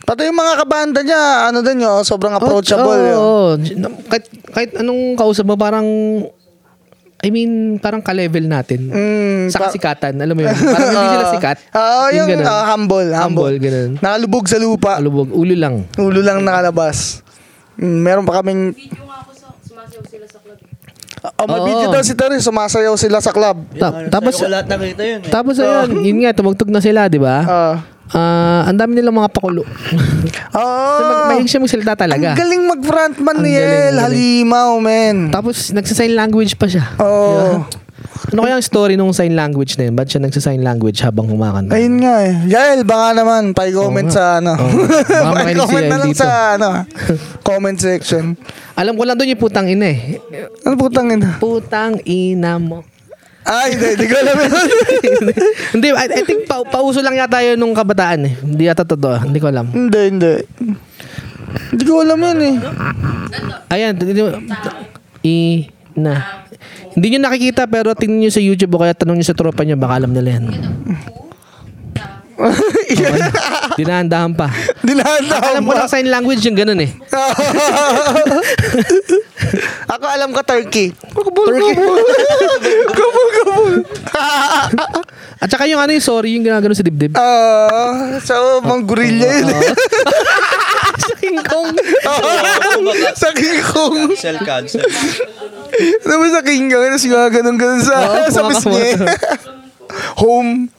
S2: Pati yung mga kabanda niya, ano din yun,
S1: Oh,
S2: sobrang approachable
S1: Oo,
S2: yun.
S1: oo. Kahit, kahit anong kausap mo, parang, I mean, parang ka-level natin.
S2: Mm,
S1: sa
S2: pa-
S1: kasikatan, alam mo yun. Parang hindi sila sikat.
S2: *laughs* Oo, yung,
S1: ganun.
S2: ah, humble, humble.
S1: Humble, ganun.
S2: Nakalubog sa lupa.
S1: Alubog, ulo lang.
S2: Ulo lang nakalabas. Mm, meron pa kaming... Oh, may
S1: Oo.
S2: video daw si Terry, sumasayaw sila sa club.
S1: Ta-
S3: Ano,
S1: tapos,
S3: sayo ko lahat nakita yun eh.
S1: tapos ayun, yun nga, tumugtog na sila, di ba?
S2: Ah.
S1: Ah, ang dami nilang mga pakulo. *laughs*
S2: Oo.
S1: Kasi mag- mahilig siya magsalita talaga.
S2: Ah, Ang galing mag-frontman
S1: Ang
S2: ni
S1: galing,
S2: El.
S1: galing.
S2: Halimaw, men.
S1: Tapos nagsa-sign language pa siya.
S2: Oo.
S1: Diba? Ano kaya ang story nung sign language na yun? Ba't siya nagsa-sign language habang kumakanta?
S2: Ayun nga eh. Yael, baka naman, pa-comment
S1: Oo
S2: sa
S1: nga.
S2: ano. *laughs*
S1: Oo. Baka makinig
S2: Pa-comment
S1: si Yael
S2: na lang
S1: dito.
S2: sa ano, comment section.
S1: Alam ko lang doon yung putang ina eh.
S2: Ano putang ina?
S1: Putang ina mo. *laughs*
S2: Ay, hindi, hindi ko alam yun.
S1: Hindi, I, I think pa, pauso lang yata yun nung kabataan eh. Hindi yata totoo. Hindi ko alam.
S2: hindi, hindi. Hindi ko alam yun eh.
S1: Ayan. t- t- Ina. Hindi nyo nakikita pero tingnan nyo sa YouTube o kaya tanong nyo sa tropa nyo. Baka alam nila yan. Okay.
S2: *laughs*
S1: Dinahandahan pa.
S2: Dinahanda ako
S1: Alam ko lang sign language yung ganun eh.
S2: *laughs* Ako alam ka, Turkey.
S1: Turkey. *laughs* At saka yung ano yung sorry, yung ginagano sa dibdib. *laughs*
S2: Ah, so, mang gorilla yun. eh.
S1: Sa King Kong.
S2: *laughs* sa King Kong.
S1: *laughs*
S3: Cancel, cancel.
S2: Ano ba sa King Kong? Ano siya ganun-ganun sa,
S1: Oo,
S2: sa bisne? Home.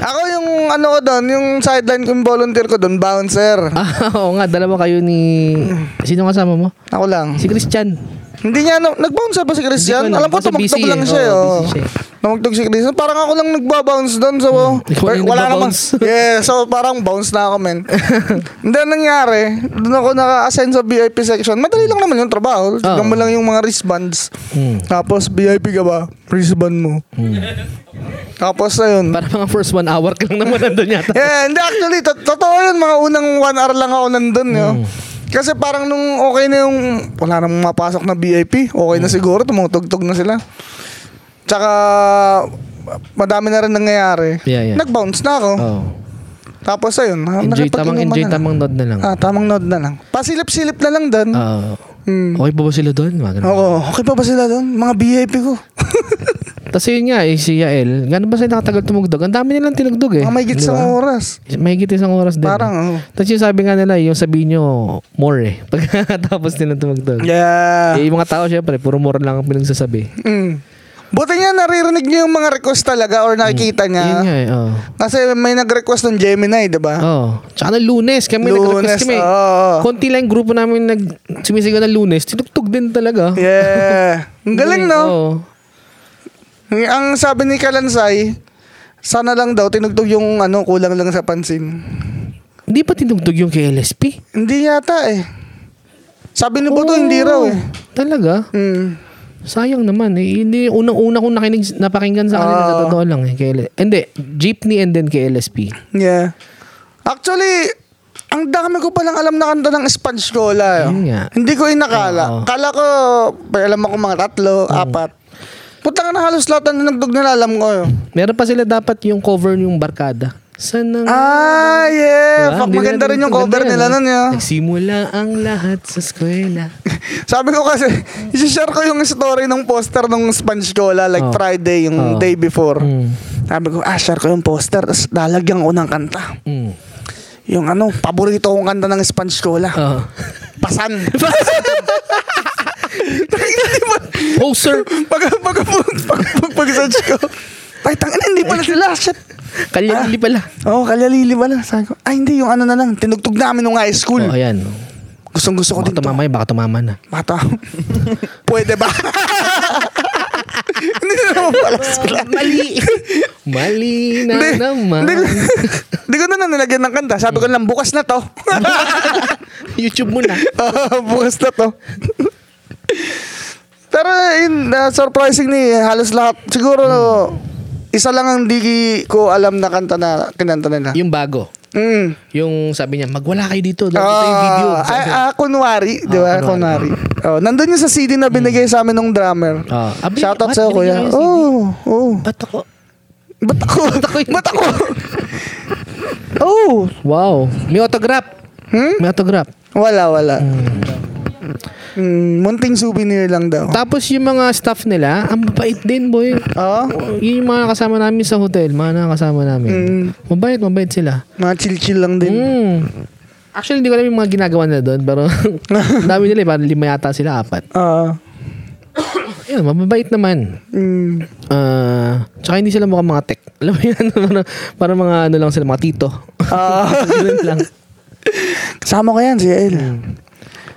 S2: Ako yung ano ko doon, yung sideline ko, yung volunteer ko doon, bouncer.
S1: ah, oo nga, dalawa kayo ni... Sino kasama mo?
S2: Ako lang.
S1: Si Christian.
S2: Hindi niya, no, nag-bounce pa si Christian.
S1: Hindi ko
S2: Alam
S1: alam,
S2: ko,
S1: kasi
S2: tumugtog
S1: busy eh.
S2: lang siya.
S1: Oo,
S2: Oh,
S1: busy siya eh. Hmm.
S2: Tumugtog si Christian. Parang ako lang nagbabounce doon. So,
S1: Ikaw
S2: or-
S1: yung
S2: wala naman.
S1: nagbabounce.
S2: *laughs*
S1: *laughs*
S2: Yeah, so parang bounce na ako, men. *laughs* Hindi, ang nangyari, doon ako naka-assign sa VIP section. Madali lang naman yung trabaho.
S1: Ah,
S2: Tignan mo lang yung mga wristbands. Tapos, VIP ka ba? Wristband mo. Tapos, ayun.
S1: Hmm. Para mga first one hour ka lang naman
S2: *laughs*
S1: nandun yata.
S2: Yeah, Eh, hindi actually, to- totoo yun. Mga unang one hour lang ako nandun. Yo.
S1: Mm.
S2: Kasi parang nung okay na yung, wala namang mapasok na VIP, okay
S1: Mm.
S2: na siguro, tumutugtog na sila. Tsaka, madami na rin nangyayari.
S1: Yeah, yeah.
S2: Nag-bounce na ako.
S1: Oh.
S2: Tapos ayun, ha,
S1: Enjoy
S2: nakipag-inuman Ah,
S1: tamang, enjoy
S2: na lang.
S1: tamang nod na lang.
S2: Ah, tamang nod na lang. Pasilip-silip na lang doon.
S1: Ah,
S2: Hmm.
S1: okay pa ba sila doon? Mga ganun.
S2: Oo, okay pa ba sila doon? Mga VIP ko.
S1: Tapos yun nga, eh, si Yael, gano'n ba sa'yo nakatagal tumugtog? Ang dami nilang tinugtog eh.
S2: *laughs* Mga may
S1: Di
S2: gitsang
S1: ba?
S2: oras.
S1: Mahigit isang oras din.
S2: Parang, oh. oo.
S1: Tapos yung sabi nga nila, yung sabihin nyo, more eh. *laughs* Pagkatapos nila tumugtog.
S2: Yeah.
S1: Eh, yung mga tao, syempre, puro more lang ang pinagsasabi.
S2: Mm. Buti nga naririnig niyo yung mga request talaga or nakikita niya.
S1: Yun nga eh, oh.
S2: Kasi may nag-request ng Gemini, di ba?
S1: Oh. Tsaka ng lunes, kami nag-request
S2: Ah. Lunes,
S1: kami.
S2: oo.
S1: Konti lang yung grupo namin nag sumisigaw ng lunes, tinugtog din talaga.
S2: Yeah. Ang galing, no?
S1: eh, Oo.
S2: Ang sabi ni Kalansay, sana lang daw tinugtog yung ano, kulang lang sa pansin.
S1: Hindi pa tinugtog yung KLSP?
S2: Hindi yata eh. Sabi ni Boto, hindi raw eh.
S1: Talaga?
S2: Mm.
S1: Sayang naman eh. Hindi, unang-una kong nakinig, napakinggan sa kanila sa totoo lang eh. KL- Hindi, Jeepney and then KLSP.
S2: Yeah. Actually, ang dami ko palang alam na kanta ng Sponge Cola. eh.
S1: Yun nga.
S2: Hindi ko inakala. Kala ko, may alam ako mga tatlo, apat. Puta nga na halos lahat na nagdog nila alam ko. eh.
S1: Meron pa sila dapat yung cover yung barkada. Sana nga.
S2: Ah, yeah.
S1: Diba?
S2: Fuck,
S1: Hindi
S2: maganda
S1: nila-
S2: rin yung
S1: maganda
S2: cover
S1: yan,
S2: nila
S1: ah.
S2: nun, yeah. *laughs*
S1: Nagsimula ang lahat sa eskwela.
S2: Sabi ko kasi, *laughs* isishare ko yung story ng poster ng Sponge Cola like
S1: Oh.
S2: Friday, yung
S1: Oh.
S2: day before.
S1: Mm.
S2: Sabi ko, ah, share ko yung poster. Tapos lalagyan ko ng kanta.
S1: Mm.
S2: Yung ano, paborito kong kanta ng Sponge Cola.
S1: Oo.
S2: Pasan. Hindi ba?
S1: Poser.
S2: Pag, pag, pag, pag, pag, pag search ko, ay, tangin, hindi pala sila. Shit.
S1: Kalyali pala.
S2: Oo, oh, kalyalili pala. Sabi ko, ay, hindi, yung ano na lang. Tinugtog namin nung high school.
S1: Oh, ayan.
S2: Gustong gusto ko
S1: Baka
S2: din to.
S1: tumama yun, baka tumama na.
S2: Mata. Pwede ba? *laughs* Hindi naman pala *laughs* sila.
S1: Ah,
S2: *laughs*
S1: Mali. Mali na
S2: Hindi,
S1: naman.
S2: Hindi, ko- *laughs* hindi ko na na nilagyan ng kanta. Sabi ko lang, bukas na to.
S1: *laughs* YouTube mo na.
S2: Ah, bukas na to. Pero in uh, surprising ni halos lahat siguro isa lang ang di ko alam na kanta na kinanta nila.
S1: Yung bago.
S2: Mm.
S1: Yung sabi niya, magwala kayo dito. Dito yung video.
S2: Ah, ah,
S1: Sabi niya,
S2: ah, kunwari, di ba?
S1: kunwari. Mm.
S2: Kunwari. Oh, nandun yung sa CD na binigay sa amin ng drummer.
S1: Ah. Ah, bin-
S2: Shoutout
S1: what?
S2: sa
S1: Binigay
S2: kuya.
S1: yung CD?
S2: Oh, oh.
S1: Ba't ako?
S2: Ba't ako? Ba't ako?
S1: ako yun?
S2: oh.
S1: Wow. May autograph.
S2: Hmm?
S1: May autograph.
S2: Wala, wala.
S1: Hmm.
S2: Mm, munting souvenir lang daw.
S1: Tapos yung mga staff nila, ang mabait din, boy.
S2: Oo.
S1: Yun yung mga kasama namin sa hotel, mga nakasama namin.
S2: Mm.
S1: Mabait, mabait sila.
S2: Mga chill-chill lang din.
S1: Mm. Actually, hindi ko alam yung mga ginagawa nila doon,
S2: *laughs*
S1: pero ang dami nila, eh, parang lima yata sila, apat.
S2: Ah.
S1: Yun, mababait naman.
S2: mm.
S1: Ah, tsaka hindi sila mukhang mga tech. Alam mo yan, *laughs* parang, parang mga ano lang sila, mga tito.
S2: Ah. *laughs*
S1: Ganun lang.
S2: Kasama ko yan, si El.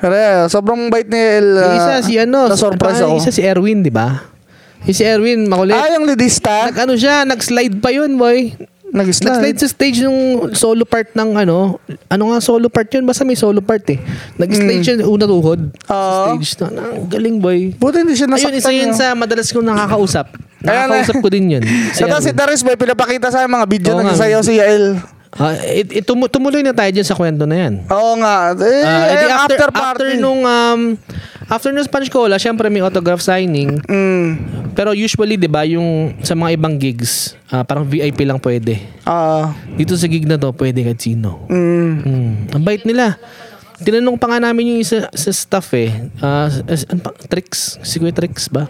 S2: Pero yeah, sobrang bait ni El.
S1: Mm. Yung
S2: ah,
S1: isa si ano,
S2: Na-surprise
S1: parang
S2: ako.
S1: Isa si Erwin, di ba? Yung si Erwin, makulit.
S2: ah, yung
S1: Nag
S2: lidista.
S1: ano siya, nag-slide pa yun, boy. Nag-slide
S2: Nag-slide.
S1: sa stage nung solo part ng ano, ano nga solo part yun, basta may solo part eh.
S2: Hmm.
S1: Nag-slide siya, una tuhod.
S2: Oo.
S1: Sa stage na, na, ang galing boy.
S2: Ah, Buti hindi siya nasaktan.
S1: Ayun, isa yun
S2: no?
S1: sa madalas kong nakakausap.
S2: Ayan,
S1: Nakakausap ko din
S2: *laughs*
S1: yun. Si
S2: Ito si
S1: Erwin.
S2: Daris, may pinapakita sa mga video
S1: Oo
S2: na
S1: nga.
S2: nagsasayaw si El.
S1: Ah, it, it, tumu- tumuloy na tayo dyan sa kwento na yan.
S2: Oo nga. Eh,
S1: Ah, edi
S2: eh, after,
S1: after,
S2: party.
S1: after nung um, after nung Spanish Cola, syempre may autograph signing.
S2: Mm.
S1: Pero usually, 'di ba, yung sa mga ibang gigs, ah, parang VIP lang pwede.
S2: Ah.
S1: Dito sa gig na 'to, pwede kahit sino.
S2: mm.
S1: Mm. Ang bait nila. Tinanong pa nga namin yung isa sa staff eh. Ah, as- ano pa? Tricks? Si Kuya Tricks ba?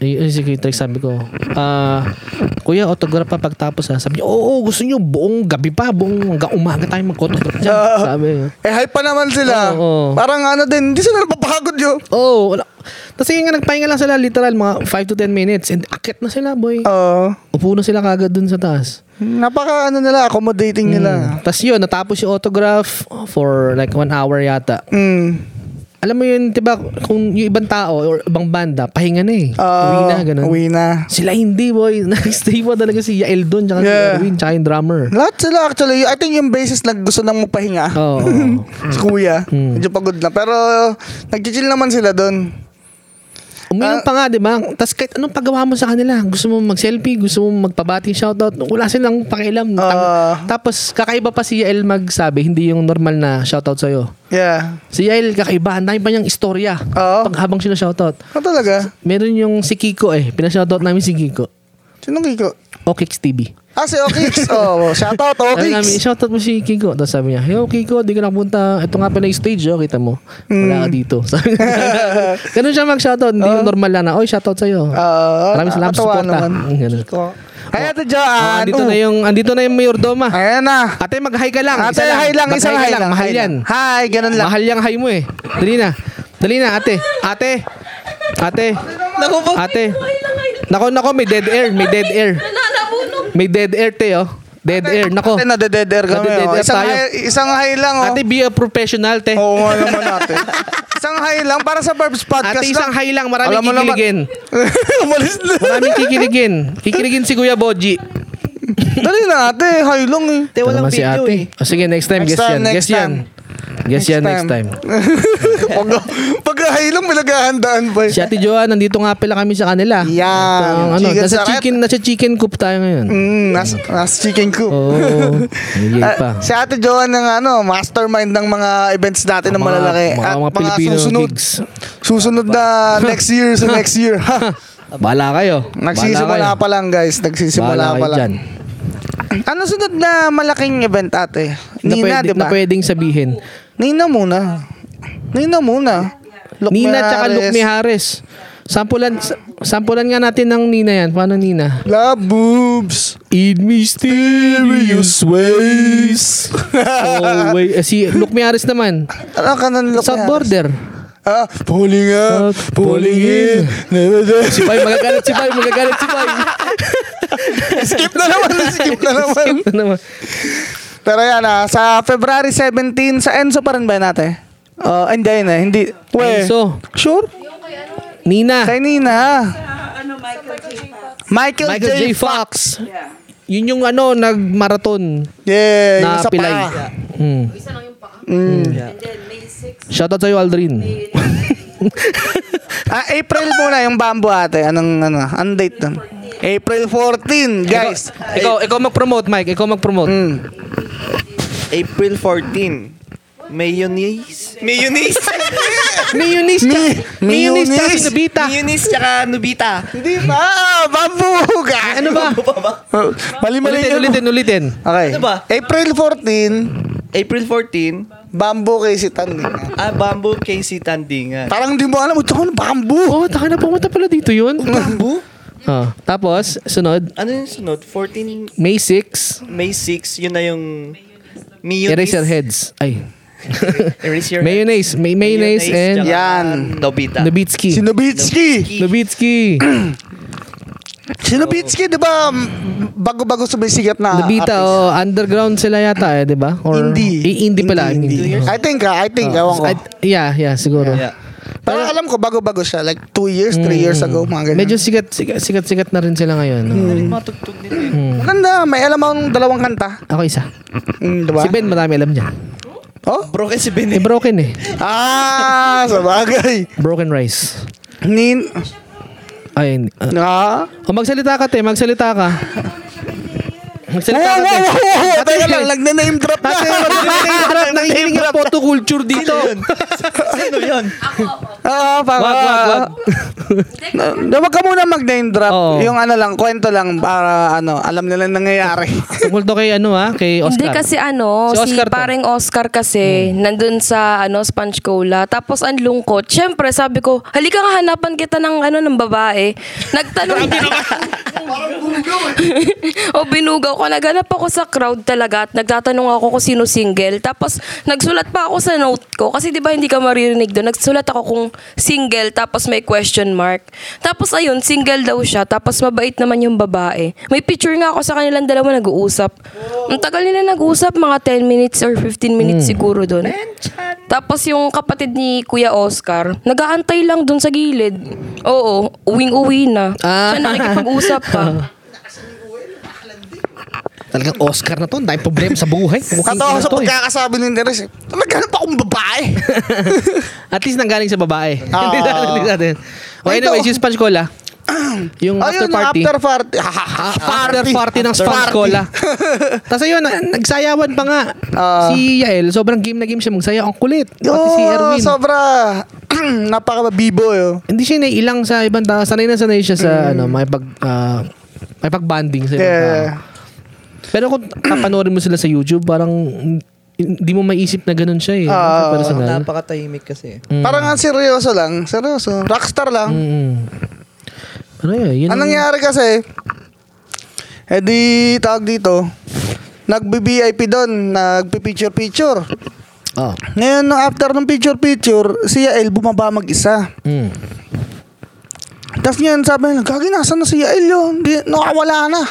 S1: Ay, ay, si Kuya Tricks sabi ko. Ah, kuya, autograph pa pagtapos ha. Sabi niya, oo, gusto niyo buong gabi pa, buong hanggang umaga tayo mag-autograph dyan.
S2: Ah.
S1: sabi niya.
S2: Eh, hype pa naman sila.
S1: Oo, oo.
S2: Parang ano din, hindi sila napapagod yun.
S1: Oo, oh, wala. Tapos yun nga, nagpahinga lang sila, literal, mga 5 to 10 minutes. And akit na sila, boy.
S2: Oo.
S1: Upo na sila kagad dun sa taas.
S2: Ah, napaka ano nila,
S1: Mm.
S2: accommodating nila.
S1: Tapos yun, natapos yung autograph for like one hour yata.
S2: Mm.
S1: alam mo yun, di ba, kung yung ibang tao or ibang banda, pahinga na eh.
S2: Oo,
S1: uwi na, ganun.
S2: Ah, Uwi na.
S1: Sila hindi, boy. *laughs* Nag-stay pa talaga si Yael doon, tsaka si
S2: Yeah.
S1: Erwin, tsaka yung drummer.
S2: Lahat sila actually, I think yung basis nag gusto nang mapahinga.
S1: Oo. Oh,
S2: *laughs* si kuya.
S1: Mm.
S2: Medyo pagod na. Pero nagchichill naman sila doon. Ah.
S1: Uminom pa nga, di ba? Tapos kahit anong paggawa mo sa kanila, gusto mo mag-selfie, gusto mo magpabati, shoutout, wala silang pakialam.
S2: Ah.
S1: Tang- Tapos kakaiba pa si Yael magsabi, hindi yung normal na shoutout sa'yo.
S2: Yeah.
S1: Si Yael kakaiba, ang dami pa niyang istorya
S2: Oo.
S1: pag habang sila shoutout.
S2: Ano talaga?
S1: Meron yung si Kiko eh, pinashoutout namin si Kiko.
S2: Sinong Kiko?
S1: O Kicks TV.
S2: Ah, si
S1: *laughs*
S2: Okix. oh, shout out
S1: Sabi namin,
S2: Okix. Ah,
S1: shoutout mo si Kiko. Tapos sabi niya, yo Kiko, di ka nakapunta. Ito nga pala yung stage, oh, kita mo.
S2: Hmm.
S1: Wala ka dito. *laughs* Sabi niya. Ganun siya mag-shoutout. Hindi yung normal lang na, oy, shoutout sa'yo.
S2: Ah,
S1: Maraming salamat sa
S2: katawa
S1: support, ah.
S2: naman.
S1: Mm, ganun.
S2: Ko. Kaya to
S1: Oh,
S2: Joanne.
S1: andito na yung, andito na yung mayordoma.
S2: Ayan na.
S1: Ate, mag-hi ka lang.
S2: Ah. Ate, hi lang, isang
S1: Mag-hi
S2: hi
S1: ka
S2: lang.
S1: Mahal
S2: hi
S1: yan.
S2: lang. Hi, ganun lang.
S1: Mahal yung hi mo eh. Dali na. Dali na, ate. Ate. Ate.
S3: Naku po.
S2: Ah,
S1: Ate. Nako, nako, may dead air. May dead air.
S4: Nalabunog.
S1: May dead air, te, oh. Dead air. Nako.
S2: Ate, nade-dead air kami.
S1: Nade-dead
S2: oh.
S1: air
S2: Isang,
S1: tayo.
S2: hi, isang hi lang, oh.
S1: Ate, be a professional, te.
S2: *laughs* Oo nga naman ate. isang hi lang para sa Barb's Podcast
S1: Ate, isang hi lang. Maraming
S2: Alam mo naman.
S1: kikiligin.
S2: *laughs* Umalis na. *laughs*
S1: Maraming kikiligin. Kikiligin si Kuya Boji.
S2: Dali na ate, hi lang eh.
S3: Te, walang
S1: Tama si
S3: video
S1: ate.
S3: eh.
S1: O, sige, next time.
S2: Next
S1: guess
S2: time,
S1: yan.
S2: next
S1: Guess yan. Guess yan next time.
S2: *laughs* pag, pag hi lang, pinaghahandaan pa eh.
S1: Si Ate Joa, nandito nga pala kami sa kanila.
S2: Yan.
S1: Ang ano,
S2: Chicken
S1: nasa
S2: sarap.
S1: chicken, nasa chicken coop tayo ngayon.
S2: Mm, nas, nas chicken coop.
S1: Oo. Oh,
S2: *laughs* Ah,
S1: pa.
S2: si Ate Joan ng ano, mastermind ng mga events natin ng
S1: Mga-
S2: malalaki.
S1: mga-
S2: At
S1: mga Pilipino gigs.
S2: Susunod
S1: *laughs*
S2: na next year sa next year. Ha.
S1: Bala kayo.
S2: Nagsisimula pa lang guys,
S1: Bala
S2: nagsisimula
S1: kayo
S2: pa lang.
S1: dyan.
S2: Ano sunod na malaking event ate?
S1: Na,
S2: Nina, di
S1: pwede, na
S2: ba?
S1: pwedeng sabihin.
S2: Nina muna. Nina muna. Look
S1: Nina
S2: Mihares.
S1: tsaka Lukmi Harris. Sampulan, sa- sampulan nga natin ng Nina yan. Paano Nina?
S2: La boobs.
S1: In mysterious *laughs* ways. oh, wait. Eh, Si Lukmi Harris naman.
S2: Ano ka ng look
S1: South Border.
S2: Ah, pulling up,
S1: South-
S2: pulling
S1: pulling
S2: in. Never there.
S1: Si Pai, magagalit si Pai, magagalit si *laughs* Pai.
S2: *laughs* skip na
S1: *laughs*
S2: naman, skip na naman.
S1: Skip na Ano naman.
S2: Pero yan ah, sa February 17, sa Enzo pa rin ba natin? Oh, hindi na, hindi. We.
S1: Enzo.
S2: Sure?
S1: Nina.
S2: Kay Nina. Michael,
S1: Michael J. Fox. Yun yung ano, nag-marathon.
S2: Yeah, yung
S1: na
S2: sa
S1: pilay.
S2: paa.
S1: Mm. Shoutout sa'yo, Aldrin.
S2: Ah, April muna yung bamboo ate. Anong ano? Anong date nun? April 14, guys.
S1: *laughs* Ikaw, ikaw mag-promote, Mike. Ikaw mag-promote.
S2: Mm.
S3: April 14. Mayonnaise. *laughs* Mayonnaise.
S1: Mayonnaise. Mi-
S2: mayonnaise.
S1: mayonnaise. Mayonnaise. Nabita.
S3: Mayonnaise tsaka Nubita.
S2: Hindi ba?
S3: Ah,
S2: Bamboo ka.
S1: Ano
S3: *laughs*
S1: ba?
S2: Mali-mali
S1: Ulitin,
S2: yun.
S1: ulitin, *laughs* ulitin.
S2: Okay.
S3: Ano ba?
S2: April 14,
S3: April 14.
S2: bamboo kay si Tanding.
S3: Ah, Bamboo KC Tandingan.
S2: Parang di mo alam, ito ko bamboo.
S1: Oo, oh, taka na pumunta pala dito yun.
S3: Bamboo?
S1: Oh, tapos, sunod,
S3: Ano yung sunod? 14
S1: May 6,
S3: May 6, yun na yung mayonnaise.
S1: erase your heads. Ay,
S3: Erase your head.
S1: mayonnaise. May mayonnaise and
S3: tsaka
S2: Yan.
S3: Nobita.
S1: Nabitsky.
S2: Si Nobitsky.
S1: Nabitsky.
S2: Si Nobitsky, di ba, m- bago-bago sumisigat na
S1: Nabita,
S2: artist.
S1: oh, underground sila yata eh, di ba? Or,
S2: Hindi.
S1: Eh, indie
S2: oh.
S1: pala.
S2: Hindi,
S1: Indie.
S2: hindi. I think, ah, I think, ewan ko.
S1: I, yeah, yeah, siguro.
S3: Yeah.
S2: Pero alam ko, bago-bago siya. Like, two years, three years ago, mga ganyan.
S1: Mm. Medyo sikat, sikat, sikat, sikat na rin sila ngayon. no?
S3: Mga tugtog nito eh.
S2: Mm. Maganda, may alam akong dalawang kanta.
S1: Ako isa.
S2: Mm, di ba?
S1: Si Ben, marami alam niya.
S2: Oh?
S3: Bro, kasi Bene.
S1: Eh, broken eh.
S2: Ah, sabagay.
S1: Broken rice.
S2: Nin...
S1: Ay, hindi.
S2: Ah?
S1: Ah, oh, magsalita ka, te. Magsalita ka. Magsalita
S2: Wow, wow,
S1: ka, te.
S2: wow, wow. Teka lang, nagna-name drop na.
S1: Ate,
S2: *laughs*
S1: nagkikinig ka, nakikinig ang photo culture dito.
S3: Sino yun?
S2: Oo, para...
S1: Wag, wag, wag.
S2: Ah, Na, wag ka muna mag-name drop.
S1: Oo.
S2: Yung ano lang, kwento lang para ano, alam nila yung nangyayari.
S1: *laughs* Tungkol to kay ano ha, kay Oscar.
S4: Hindi kasi ano,
S1: Si
S4: si,
S1: Oscar to. Hmm.
S4: pareng Oscar kasi, nandun sa ano, Sponge Cola. Tapos ang lungkot. Siyempre, sabi ko, halika nga hanapan kita ng ano, ng babae. Nagtanong. *laughs* o binugaw ko. Naghanap ako sa crowd talaga at nagtatanong ako kung sino single. Tapos nagsulat pa ako sa note ko. Kasi di ba hindi ka maririnig doon. Nagsulat ako kung single tapos may question mark. Tapos ayun, single daw siya tapos mabait naman yung babae. May picture nga ako sa kanilang dalawa nag-uusap. Ang tagal nila nag-uusap, mga 10 minutes or 15 minutes siguro doon. Tapos yung kapatid ni Kuya Oscar, nag-aantay lang doon sa gilid. Oo, uwing-uwi na.
S1: Ah.
S4: Siya nakikipag-usap pa.
S1: Talagang Oscar na to. Ang daming problema sa buhay. Mukhang
S2: Katawa ko
S1: ina
S2: sa
S1: to eh.
S2: pagkakasabi ng Teres eh. Nagkaroon pa akong babae.
S1: *laughs* At least nanggaling sa babae.
S2: Ah.
S1: *laughs* Hindi natin, hindi natin. O
S2: Ay,
S1: anyway,
S2: ito.
S1: si Sponge Cola. Yung *laughs* after
S2: Ayun,
S1: party.
S2: after party. *laughs*
S1: Ah, after party ng Sponge
S2: Party.
S1: *laughs* Cola. Tapos ayun, na- nagsayawan pa nga.
S2: Ah.
S1: si Yael, sobrang game na game siya magsayaw. Ang kulit. Pati si
S2: Oo,
S1: Erwin.
S2: Sobra. *clears throat* Napaka-bibo yun.
S1: hindi siya naiilang sa ibang tao. Sanay na sanay siya sa ano, may pag ah, may pag-bonding sa ibang tao.
S2: Yeah.
S1: Pero kung papanoorin mo sila sa YouTube, parang hindi mo maiisip na ganun siya eh.
S2: Ah.
S1: Para sa ganun.
S3: Napakatahimik kasi.
S2: Parang ang seryoso lang. Seryoso. Rockstar lang.
S1: Mm. Ano yun? yun
S2: Anong nangyari kasi, eh di tawag dito, nag-VIP doon, nagpi-picture-picture.
S1: Oh.
S2: Ngayon, nung after ng picture-picture, si Yael bumaba mag-isa.
S1: Mm.
S2: Tapos ngayon sabi nila, gagi nasan na si Yael yun? Di, nakawala na.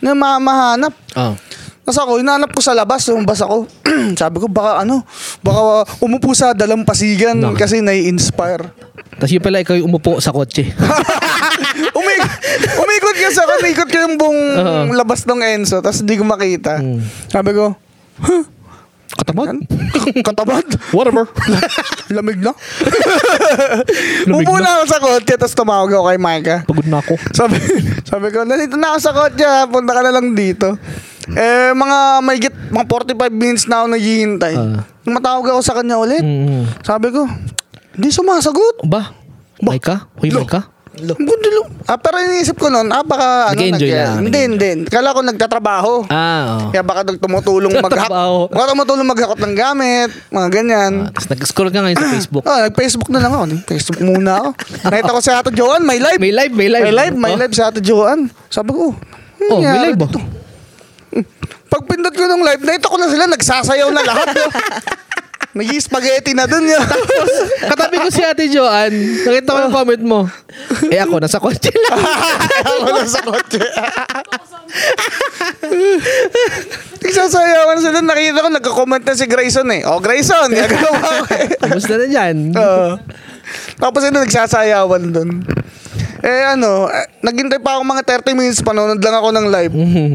S2: Na ma- mahanap.
S1: Oh.
S2: Tapos ako, hinanap ko sa labas, lumabas ako. *clears throat* sabi ko, baka ano, baka umupo sa dalampasigan
S1: Nako.
S2: kasi nai-inspire. *laughs*
S1: Tapos yun pala, ikaw yung umupo sa kotse.
S2: Umik umikot ka sa akin, ikot ka yung buong
S1: Oo.
S2: labas ng Enzo, tapos hindi ko makita.
S1: Hmm.
S2: Sabi ko,
S1: Katamad?
S2: katabad, *laughs*
S1: Whatever.
S2: lamig na.
S1: *laughs* Lamig
S2: Upo
S1: na.
S2: na ako sa kotse, tapos tumawag ako kay Micah.
S1: Pagod na ako.
S2: Sabi, *laughs* sabi ko, nandito na ako sa kotse, ha, punta ka na lang dito. Eh, mga may git, mga 45 minutes na ako naghihintay.
S1: Ah.
S2: Matawag ako sa kanya ulit.
S1: Mm.
S2: Sabi ko, hindi sumasagot.
S1: Ba?
S2: Ba?
S1: May ka? Hoy,
S2: Lo.
S1: may ka?
S2: Gundo lang. Ah, pero iniisip ko noon, ah, baka ano,
S1: Nag-enjoy
S2: nag-
S1: na,
S2: Hindi, hindi. Kala ko nagtatrabaho.
S1: Ah, oh.
S2: Kaya baka nag-
S1: *laughs*
S2: tumutulong maghak.
S1: Trabaho.
S2: Baka tumutulong maghakot ng gamit, mga ganyan.
S1: Ah, Tapos nag-scroll ka ngayon sa Facebook.
S2: Oh, nag-Facebook na lang ako. Facebook muna ako. Nakita ko si Ate Joan, may live.
S1: May live, may live.
S2: May live, may
S1: Oh.
S2: live si Ate Joan. Sabi ko, oh, ano
S1: Oh,
S2: nangyari
S1: may live ba?
S2: dito? Pagpindot ko ng live, nakita ko na sila, nagsasayaw na lahat.
S1: *laughs*
S2: yo. Nag-spaghetti na dun yun.
S1: Katabi ko si Ate Joanne. Nakita ko yung
S2: Ah.
S1: comment mo. Eh ako, nasa kotse lang.
S2: *laughs* Ako na sa kotse. Nagsasayawan sila. Nakita ko, nagka-comment na si Grayson eh. Oh, Grayson! Nagagawa ko eh.
S1: Kamusta na dyan?
S2: Oo. Tapos yun, nagsasayawan dun. Eh ano, eh, naghintay pa ako mga 30 minutes, panonood lang ako ng live.
S1: Mhm.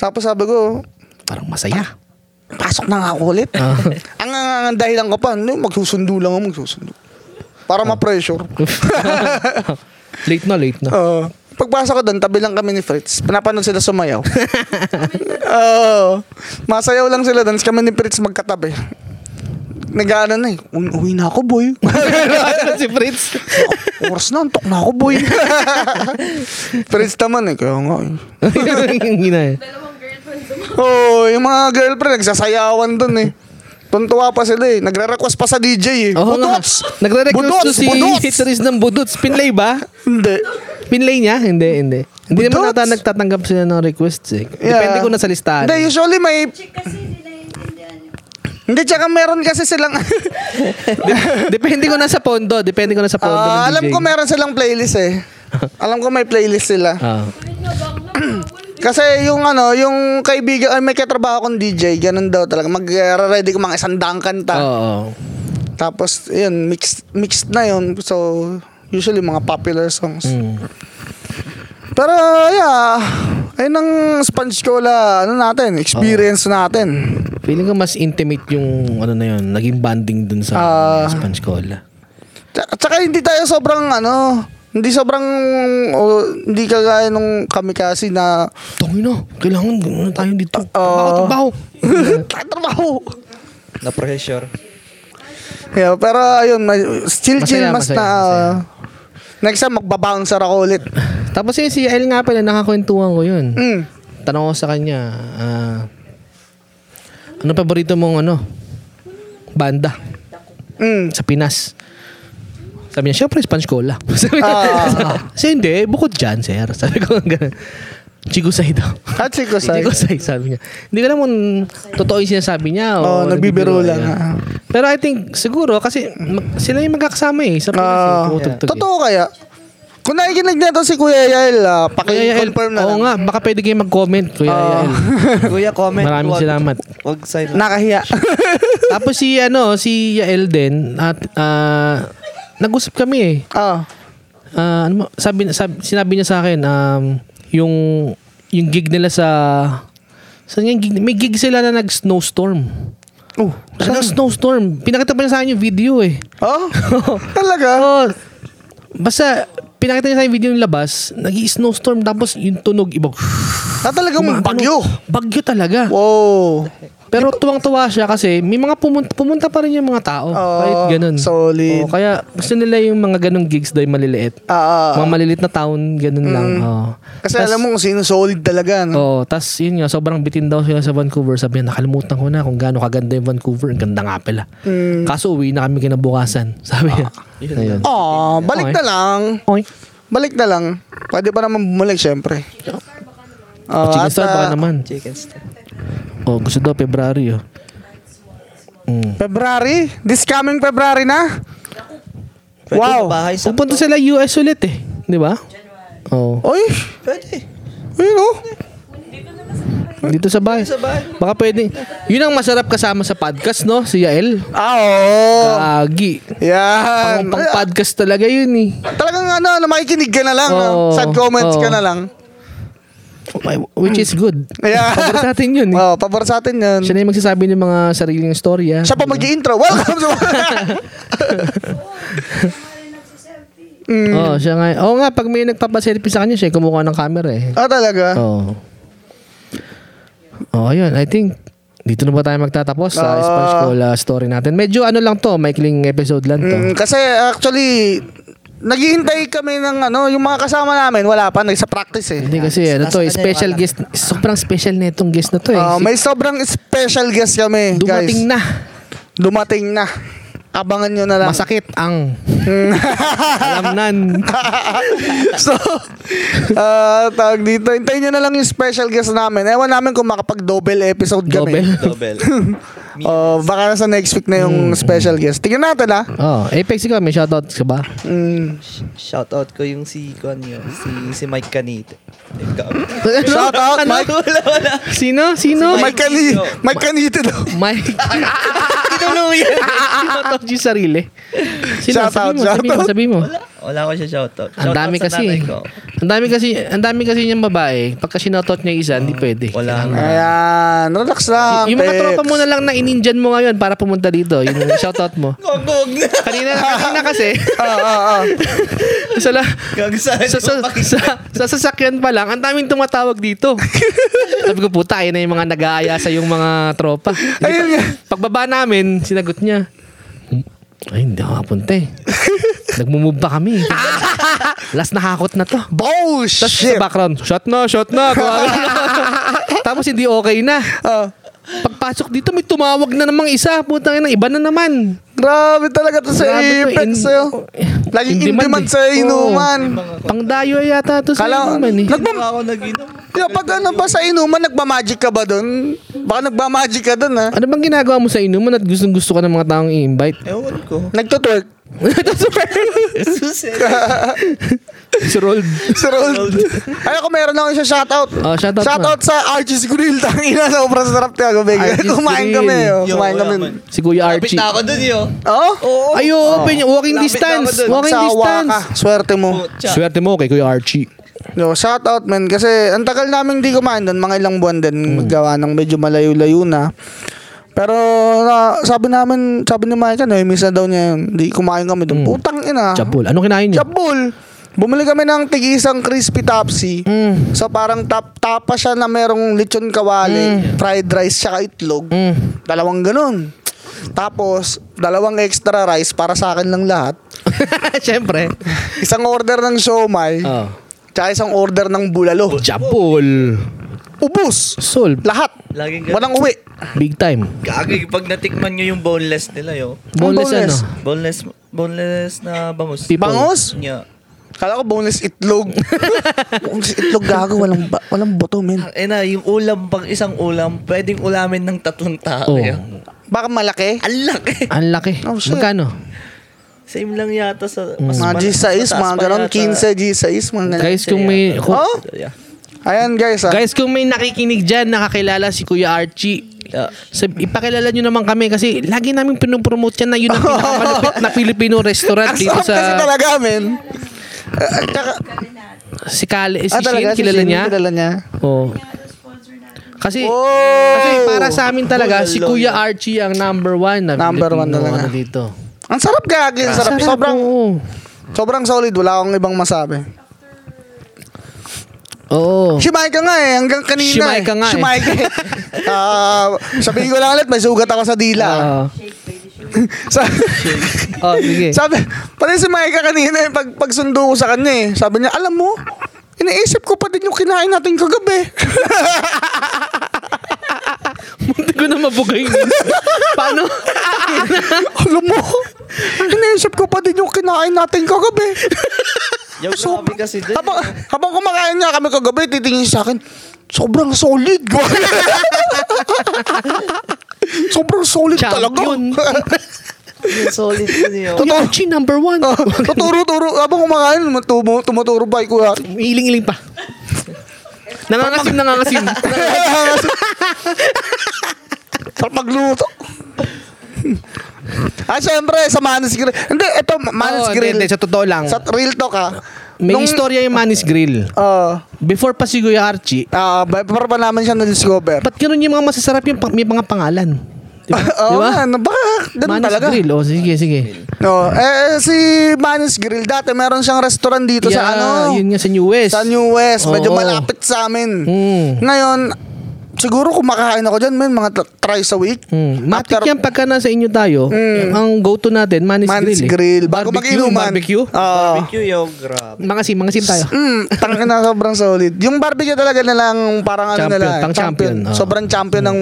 S2: Tapos sabi ko,
S1: Parang masaya.
S2: pasok na nga ako ulit. ang ang- ang dahilan ko pa, no, magsusundo lang ako, magsusundo. Para ma-pressure.
S1: *laughs* late na, late
S2: *laughs*
S1: na.
S2: Oo. Pagpasok ko doon, tabi lang kami ni Fritz. Pinapanood sila
S1: *laughs*
S2: sumayaw. Oo. masayaw lang sila doon. Kami ni Fritz magkatabi. Nag-ano na eh. "Un- Uwi na ako, boy. *laughs*
S1: si Fritz.
S2: Oras na, antok na ako, boy. *laughs* Fritz naman eh. Kaya nga eh.
S1: Yung ina eh.
S2: Oo, oh, yung mga girlfriend, nagsasayawan doon eh. Tuntua pa sila eh. Nagre-request pa sa DJ eh.
S1: Oo nga.
S2: Budots!
S1: Nagre-request to
S2: Budots!
S1: si
S2: Budots!
S1: Fitris ng Budots. Pinlay ba?
S2: Hindi.
S1: Pinlay niya? Hindi, hindi. Hindi naman
S2: Budots?
S1: nata nagtatanggap sila ng requests eh.
S2: Yeah.
S1: Depende kung nasa listahan.
S2: Hindi, usually may... Hindi, tsaka meron kasi silang... *laughs*
S1: Depende kung nasa pondo. Depende kung nasa pondo ng
S2: Ah,
S1: DJ.
S2: alam ko meron silang playlist eh. alam ko may playlist sila.
S1: Ah.
S2: Kasi yung ano, yung kaibigan, ay may katrabaho kong DJ, ganun daw talaga. Mag-ready ko mga isang daang kanta.
S1: Oo.
S2: Tapos, yun, mixed, mixed na yun. So, usually mga popular songs.
S1: Mm.
S2: Pero, yeah, ayun ang sponge cola, ano natin, experience natin.
S1: Feeling ko mas intimate yung ano na yun, naging bonding dun sa
S2: Ah.
S1: Sponge Cola.
S2: Tsaka, tsaka hindi tayo sobrang, ano, hindi sobrang, o, hindi kagaya nung kamikasi
S1: *laughs*
S2: na,
S1: Tangin na, kailangan ano tayo dito.
S2: Oo.
S1: Trabaho, trabaho.
S2: tatrabaho.
S1: *laughs*
S3: Na-pressure.
S2: Yeah, pero ayun, may- still
S1: Masaya,
S2: chill mas
S1: masaya,
S2: na ah,
S1: masaya.
S2: next time magbabouncer ako ulit.
S1: Tapos yun, si Yael nga pala, nakakwentuhan ko yun.
S2: Mm.
S1: Tanong ko sa kanya, ah, ano paborito mong ano? Banda
S2: Mm.
S1: sa Pinas. Sabi niya, syempre, Sponge Cola. *laughs* Sabi ko, *laughs*
S2: Ah.
S1: kasi hindi, bukod dyan, sir. *laughs* Sabi ko, ganun. Chigusay daw.
S2: At si
S1: *laughs*
S2: Kusay.
S1: Hindi ko say, sabi niya. Hindi ko alam kung totoo yung sinasabi niya.
S2: Oo,
S1: o
S2: nagbibiro lang,
S1: niya.
S2: ha.
S1: Pero I think, siguro, kasi mag- sila yung magkakasama eh. Sa pinas,
S2: Ah,
S1: eh, tumutugtog eh.
S2: Totoo kaya? Kung nakikinig na to si Kuya Yael, ah,
S1: Kuya Yael,
S2: paki-confirm na lang.
S1: oo
S2: Ah.
S1: nga, baka pwede kayong mag-comment, Kuya Yael.
S3: Kuya, comment.
S1: Maraming
S3: wag-
S1: salamat.
S3: Wag sign up.
S2: Nakahiya.
S1: Tapos si, ano, si Yael din, at, ah, nag-usap kami eh.
S2: *laughs* Ah.
S1: Ah, ano, mo- sabi, sabi, sinabi niya sa akin, um, yung, yung gig nila sa, sa yung gig, may gig sila na nag-snowstorm.
S2: Oh.
S1: Nag-snowstorm. Pinakita pa niya sa akin yung video eh.
S2: Oh?
S1: *laughs*
S2: Talaga?
S1: Oo. Basta, pinakita niya sa akin yung video ng labas, nag-snowstorm, tapos yung tunog, ibang,
S2: Ah, talagang bagyo.
S1: bagyo talaga.
S2: Wow.
S1: Pero tuwang-tuwa siya kasi may mga pumunta, pumunta pa rin yung mga tao.
S2: Oo,
S1: kahit ganun.
S2: solid.
S1: Oo, kaya gusto nila yung mga ganung gigs dahil maliliit.
S2: Ah, Mm.
S1: mga maliliit na town, ganun lang. Oo.
S2: kasi ano? alam mo kung sino solid talaga, no?
S1: Oo, tas yun nga, sobrang bitin daw sila sa Vancouver. Sabi niya, nakalimutan ko na kung gaano kaganda yung Vancouver. Ang ganda nga pala.
S2: Mm.
S1: Kaso uwi na kami kinabukasan. *laughs* Sabi niya. Ayun.
S2: Oh, balik na
S1: Okay.
S2: lang.
S1: Oy.
S2: Balik na lang. Pwede pa naman bumalik, syempre.
S1: Oh,
S2: Oh,
S1: chicken
S2: at,
S1: star baka
S2: ah,
S1: naman.
S3: Chicken star.
S1: Oh, gusto daw February oh. Mm.
S2: February? This coming February na?
S3: Pwede
S2: Wow.
S3: sa bahay sa...
S1: Pupunta sila US ulit eh, 'di ba? Oh.
S2: Oy,
S3: Pwede.
S2: ayun oh.
S1: Dito sa bahay.
S3: Sa bahay.
S1: Baka pwede. Yun ang masarap kasama sa podcast, no? Si Yael.
S2: Ah, oo.
S1: Agi.
S2: Yan.
S1: Pang, pang podcast talaga yun eh.
S2: Talagang ano, ano, makikinig ka na lang. no?
S1: Oo,
S2: Side comments ka
S1: oo.
S2: na lang.
S1: Which is good.
S2: Yeah.
S1: Paborito natin yun
S2: *laughs*
S1: eh.
S2: Oh, pabor sa atin yan.
S1: Siya na yung magsasabi ng mga sariling storya.
S2: Siya pa mag-intro. Welcome
S1: *laughs*
S2: to... mm.
S1: Oo, Oh, siya nga. eh. Oo nga, pag may nagpapaselfie sa kanya, siya yung kumukuha ng camera eh.
S2: ah, talaga?
S1: Oo. Oh. ayun. I think, dito na ba tayo magtatapos sa
S2: Ah.
S1: Sponge Cola story natin. Medyo ano lang to, maikling episode lang to.
S2: Mm, kasi actually, naghihintay kami ng ano, yung mga kasama namin, wala pa, nagsa practice eh.
S1: Hindi kasi ano to, eh, special guest. Sobrang special na itong guest na to eh.
S2: Ah,
S1: Si-
S2: may sobrang special guest kami,
S1: Dumating
S2: guys.
S1: na.
S2: Dumating na. Abangan nyo na lang. *laughs* Hmm.
S1: Masakit ang. Alamnan.
S2: so, ah, tawag dito. Hintayin nyo na lang yung special guest namin. Ewan namin kung makapag-double episode kami.
S1: Double.
S3: *laughs*
S1: Hmm.
S3: Double.
S2: Oh, baka nasa next week na yung special guest. Tingnan natin ah.
S1: Oh, Apex ikaw, may shoutout ka ba?
S2: Mm.
S3: Shout out ko yung si Konyo, si si Mike Canite.
S2: Shoutout,
S1: Ano?
S2: Mike.
S3: *laughs* Wala wala.
S1: Sino? Sino?
S2: Mike Cani- Mike Canito daw.
S1: *laughs* Mike. Tinulungan yan. Shoutout yung sarili. Sino?
S2: Shoutout,
S1: Sabi mo, sabi mo,
S2: shoutout.
S1: sabi mo.
S3: Wala ko siya shout out.
S1: Ang dami kasi. Ang dami kasi, ang dami kasi niyang babae. Pagka sinoutout niya isa, hindi pwede.
S3: Wala nga.
S2: Ayan, relax lang.
S1: Hmm. Y- yung mga
S2: Pex.
S1: tropa mo na lang na ininjan mo ngayon para pumunta dito. Yun Yung shoutout mo.
S3: Kogog na.
S1: Kanina, kanina
S3: *laughs*
S1: kasi,
S2: Ah, ah, ah.
S1: sa, la-
S3: Gagsahan.
S1: sa, sa, sa, sa sasakyan pa lang, ang daming tumatawag
S3: *laughs*
S1: dito. Sabi ko, puta, ayun na yung mga nag-aaya sa yung mga tropa.
S2: Ayun nga.
S1: Pagbaba namin, sinagot niya, ay, hindi ako kapunta
S2: *laughs*
S1: eh. Nagmumove pa kami. eh." Last nakakot na to. Tapos
S2: Bullshit.
S1: sa background, shot na, shot na.
S2: *laughs*
S1: kumakain na." Tapos hindi okay na.
S2: Ah,
S1: Pagpasok dito, may tumawag na namang isa. Putang ina, iba na naman.
S2: grabe talaga to sa
S1: Grabe to,
S2: Apex
S1: in- oh,
S2: sa'yo. Laging
S1: in
S2: in
S1: demand
S2: demand
S1: eh.
S2: sa
S1: Oo.
S2: inuman.
S1: Pangdayo yata to sa
S2: Kala,
S1: inuman eh.
S2: nagbam...
S3: Ako nag-inom.
S2: Yeah, pag ano ba sa inuman, nagmamagic ka ba doon? Baka nagmamagic ka doon, ha?
S1: Ano bang ginagawa mo sa inuman at gustong gusto ka ng mga taong
S2: *laughs*
S1: i-invite? *laughs*
S3: Ewan ko.
S2: Nagtutwerk. *laughs*
S3: Susi.
S1: si Rold.
S2: Sir Old. Ay, ako meron ako siya shoutout.
S1: Oh, shoutout mo.
S2: shoutout sa Archie's Grill. *laughs* Tangina, sobrang sarap niya. Kumain,
S1: Archie's
S2: kumain
S1: Grill.
S2: kami. Oh.
S3: Yo,
S2: Kumain
S3: wala
S2: kami.
S3: man.
S1: Si Kuya
S3: Kapit
S1: Archie.
S3: na ako dun yo.
S2: Oh?
S3: Oo.
S1: Ay, oo, open yun. Walking
S3: Lapit na
S1: distance.
S3: ako dun.
S1: Walking
S2: Sa
S1: distance.
S2: Waka. Swerte mo.
S1: *laughs*
S3: Pucha.
S1: Swerte mo kay Kuya Archie.
S2: Yo, shout out man kasi ang tagal namin di kumain doon, mga ilang buwan din gawa ng medyo malayo-layo na. Pero na, sabi namin, sabi ni Mike, ano, miss na daw niya yun. Di kumain kami doon. Putang ina.
S1: Chapul. Ano kinain niya?
S2: Ah. Jabul. Bumili kami ng tig-isang crispy topsy.
S1: Mm.
S2: So parang tap tapa siya na merong lechon kawali, fried rice, tsaka itlog.
S1: Mm.
S2: Dalawang ganun. Tapos, dalawang extra rice para sa akin lang lahat.
S1: Siyempre.
S2: Isang order ng siomay,
S1: Oh.
S2: tsaka isang order ng bulalo.
S1: Chapul.
S2: Ubus!
S1: Solve.
S2: Lahat.
S3: Laging ganun.
S2: Walang uwi.
S1: Big time.
S3: Gagay, pag natikman nyo yung boneless nila, yo.
S1: Boneless,
S2: boneless.
S1: ano?
S3: Boneless, boneless na bangus.
S1: People.
S2: Bangus?
S3: Nya.
S2: Kala ko boneless
S3: *laughs*
S2: itlog. boneless itlog gago, walang, ba- walang buto, men.
S3: Eh na, yung ulam pang isang ulam, pwedeng ulamin ng tatlong
S1: Oh.
S3: tao. yun.
S2: Baka malaki.
S3: Ang laki.
S1: Ang laki.
S2: Oh, shit.
S1: Magkano?
S3: Same lang yata sa... Mas
S2: Mga G6, Mm. mga ganon, 15 G6, mga ganon.
S1: Guys, kung may... Kung,
S2: Oh? Ayan guys ah.
S1: Guys, kung may nakikinig dyan, nakakilala si Kuya Archie. So, ipakilala nyo naman kami kasi lagi namin pinopromote yan na
S2: *laughs*
S1: yun ang pinakamalapit na Filipino restaurant
S2: Ang
S1: dito
S2: sarap kasi
S1: sa
S2: talaga, men. Ah, ah, tsaka,
S1: si Kale,
S2: ah,
S1: si
S2: talaga,
S1: Shin,
S2: si
S1: kilala
S2: Shin,
S1: niya.
S2: Kilala niya.
S1: Oo. Kasi,
S2: Oh!
S1: kasi para sa amin talaga, si
S3: Lolo.
S1: Kuya Archie ang number one na
S2: Number
S1: Filipino
S2: one talaga.
S1: ano dito.
S2: Ang sarap gagi, ang sarap. eh, Sobrang,
S1: oo.
S2: sobrang solid. Wala akong ibang masabi.
S1: Oo.
S2: Shimay ka nga eh, hanggang kanina.
S1: Shimay Oh. ka nga eh.
S2: Shimay ka
S1: *laughs*
S2: eh. Ah, sabihin ko lang ulit, may sugat ako sa dila.
S1: Oo.
S2: Sa-
S1: Oh, Ah, sige.
S2: sabi, pare si Micah kanina eh, pag, pagsundo ko sa kanya eh. Sabi niya, alam mo, iniisip ko pa din yung kinain natin kagabi. *laughs*
S1: Munti ko na mabugay. *laughs* Paano?
S2: alam mo, iniisip ko pa din yung kinain natin kagabi.
S3: Yung grabe kasi din. eh.
S2: habang, habang kumakain niya kami kagabi, titingin siya sa akin, sobrang solid. *laughs* sobrang solid talaga. *laughs*
S1: Champion.
S3: Yung solid yun yun.
S1: Kuya Archie, number one.
S2: Ah, tuturo-turo. Habang kumakain, tumutumo, tumuturo pa ko lahat.
S1: Iling-iling pa. Nangangasim, nangangasim.
S2: Sarap magluto. ah, syempre, sa Manis Grill. Hindi, ito, Manis
S1: Oo, hindi,
S2: Grill. eh,
S1: hindi, sa totoo lang.
S2: Sa real talk, ha?
S1: May istorya yung Manis Grill.
S2: Oo.
S1: Before pa si Kuya Archie,
S2: Ah, ba- para pa naman siya na-discover.
S1: ba't ganun yung mga masasarap yung pa- may mga pangalan? Di ba?
S2: Oo
S1: Di ba?
S2: nga, na- baka ganun
S1: Manis
S2: talaga.
S1: Grill. Oh, sige, sige.
S2: No, eh, eh, si Manis Grill dati meron siyang restaurant dito sa
S1: Yeah,
S2: ano?
S1: Yun nga sa New West.
S2: Sa New West, medyo
S1: Oo.
S2: malapit sa amin.
S1: Mm.
S2: Ngayon, siguro kumakain ako dyan, men, mga t- thrice a week.
S1: Hmm. Matik
S2: After- Mm.
S1: yan pagka nasa inyo tayo, ang go-to natin, Manis,
S2: Manis Grill.
S1: Grill. eh.
S2: Bago mag-inuman. Ah.
S1: Barbecue.
S2: Oo.
S3: Barbecue yung grabe.
S1: Mangasim, mangasim tayo.
S2: Mm, tangin na sobrang solid. Yung barbecue talaga nilang parang ano
S1: Champion,
S2: nila. eh,
S1: pang champion, ah. Mm, oo.
S2: Sobrang champion ng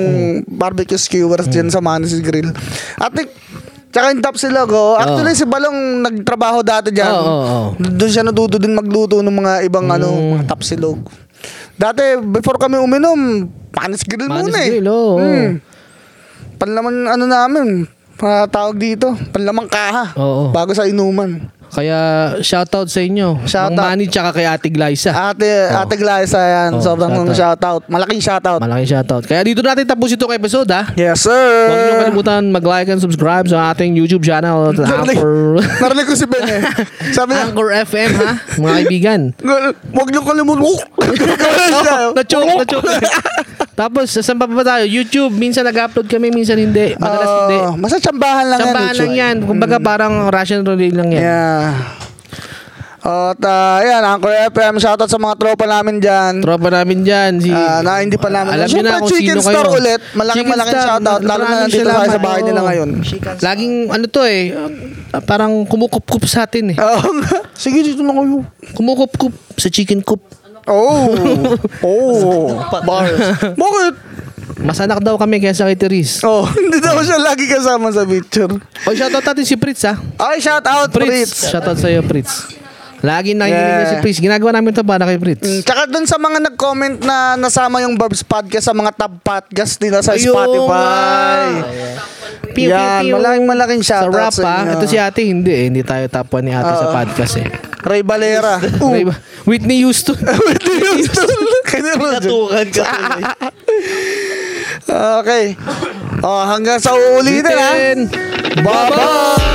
S2: barbecue skewers dyan
S1: Mm.
S2: sa Manis Grill. At like, tsaka yung top sila ko.
S1: Ah.
S2: Actually, si Balong nagtrabaho dati dyan.
S1: Oo, oo, oo.
S2: Doon siya natuto din magluto ng mga ibang
S1: Mm.
S2: ano, mga top silog. Dati, before kami uminom, Manis Grill
S1: Manis
S2: muna eh.
S1: Grill, oo.
S2: Mm. Panlaman ano namin, mga tawag dito, panlamang kaha.
S1: Oo.
S2: Bago sa inuman.
S1: Kaya shoutout sa
S2: Shoutout.
S1: inyo.
S2: Ah.
S1: Shoutout. Mang Manny tsaka kay Ate Glyza.
S2: Ate, Ate Glyza yan.
S1: Oh,
S2: Sobrang shoutout.
S1: shoutout.
S2: Malaking shoutout.
S1: Malaking shoutout. Kaya dito natin tapos itong episode ha.
S2: yes,
S1: Huwag niyo
S2: sir.
S1: kalimutan mag-like and subscribe sa ating YouTube channel at
S2: Narinig-
S1: Anchor,
S2: *laughs* Narinig ko si Ben eh. Sabi niya,
S1: Anchor FM ha, mga
S2: *laughs*
S1: kaibigan.
S2: huwag niyo kalimutan. *laughs*
S1: *laughs*
S2: Oh,
S1: Na-choke,
S2: *laughs*
S1: na-choke. Tapos, saan pa ba tayo? YouTube, minsan nag-upload kami, minsan hindi. Madalas
S2: Ah.
S1: hindi.
S2: Masa tsambahan lang yan.
S1: Sambahan lang
S2: YouTube.
S1: yan. Kumbaga parang Russian roulette lang yan.
S2: Mm. Yeah. At uh, yan, Anchor FM, shoutout sa mga tropa namin dyan. *laughs*
S1: Tropa namin dyan. Si,
S2: Ah, na hindi pa namin.
S1: Alam niyo
S2: Siyempre,
S1: na kung
S2: Chicken
S1: sino kayo.
S2: Star ulit. Malaking malaking
S1: Star,
S2: shoutout. Lalo na
S1: maraming
S2: nandito tayo
S1: salamat.
S2: sa bahay nila
S1: Oo.
S2: ngayon.
S1: Laging ano to eh, ah, parang kumukup-kup sa atin eh.
S2: Oo Oh, nga. Sige, dito na kayo.
S1: Kumukup-kup sa chicken coop. *laughs*
S2: Oh. oh. Bars.
S3: *laughs*
S2: Bakit?
S1: Masanak daw kami kaysa kay Therese.
S2: Oh, *laughs* hindi daw siya lagi kasama sa picture.
S1: O, shoutout natin si Fritz ha.
S2: Ay, shout out,
S1: Fritz.
S2: Fritz.
S1: Shoutout sa'yo, Fritz. Lagi nakikinig
S2: Yeah.
S1: na si Fritz. Ginagawa namin ito para kay Fritz.
S2: Mm, Tsaka dun sa mga nag-comment na nasama yung Barb's Podcast sa mga tab podcast nila sa
S1: Ayun
S2: Spotify.
S1: Pew,
S2: Yan,
S1: pew, pew.
S2: malaking malaking shout
S1: Sa
S2: out
S1: rap
S2: sa
S1: ha.
S2: inyo.
S1: Ito si ate, hindi eh. Hindi tayo tapuan ni ate sa podcast eh.
S2: Ray
S1: *laughs*
S2: Valera.
S1: May iba- Whitney
S2: *laughs*
S1: Houston.
S2: Whitney Houston. Kanya mo dyan.
S3: Tukan ka
S2: *laughs*
S3: tuloy.
S2: Okay. Oh, hanggang sa uulitin ha.
S1: Ulitin.
S2: Bye-bye!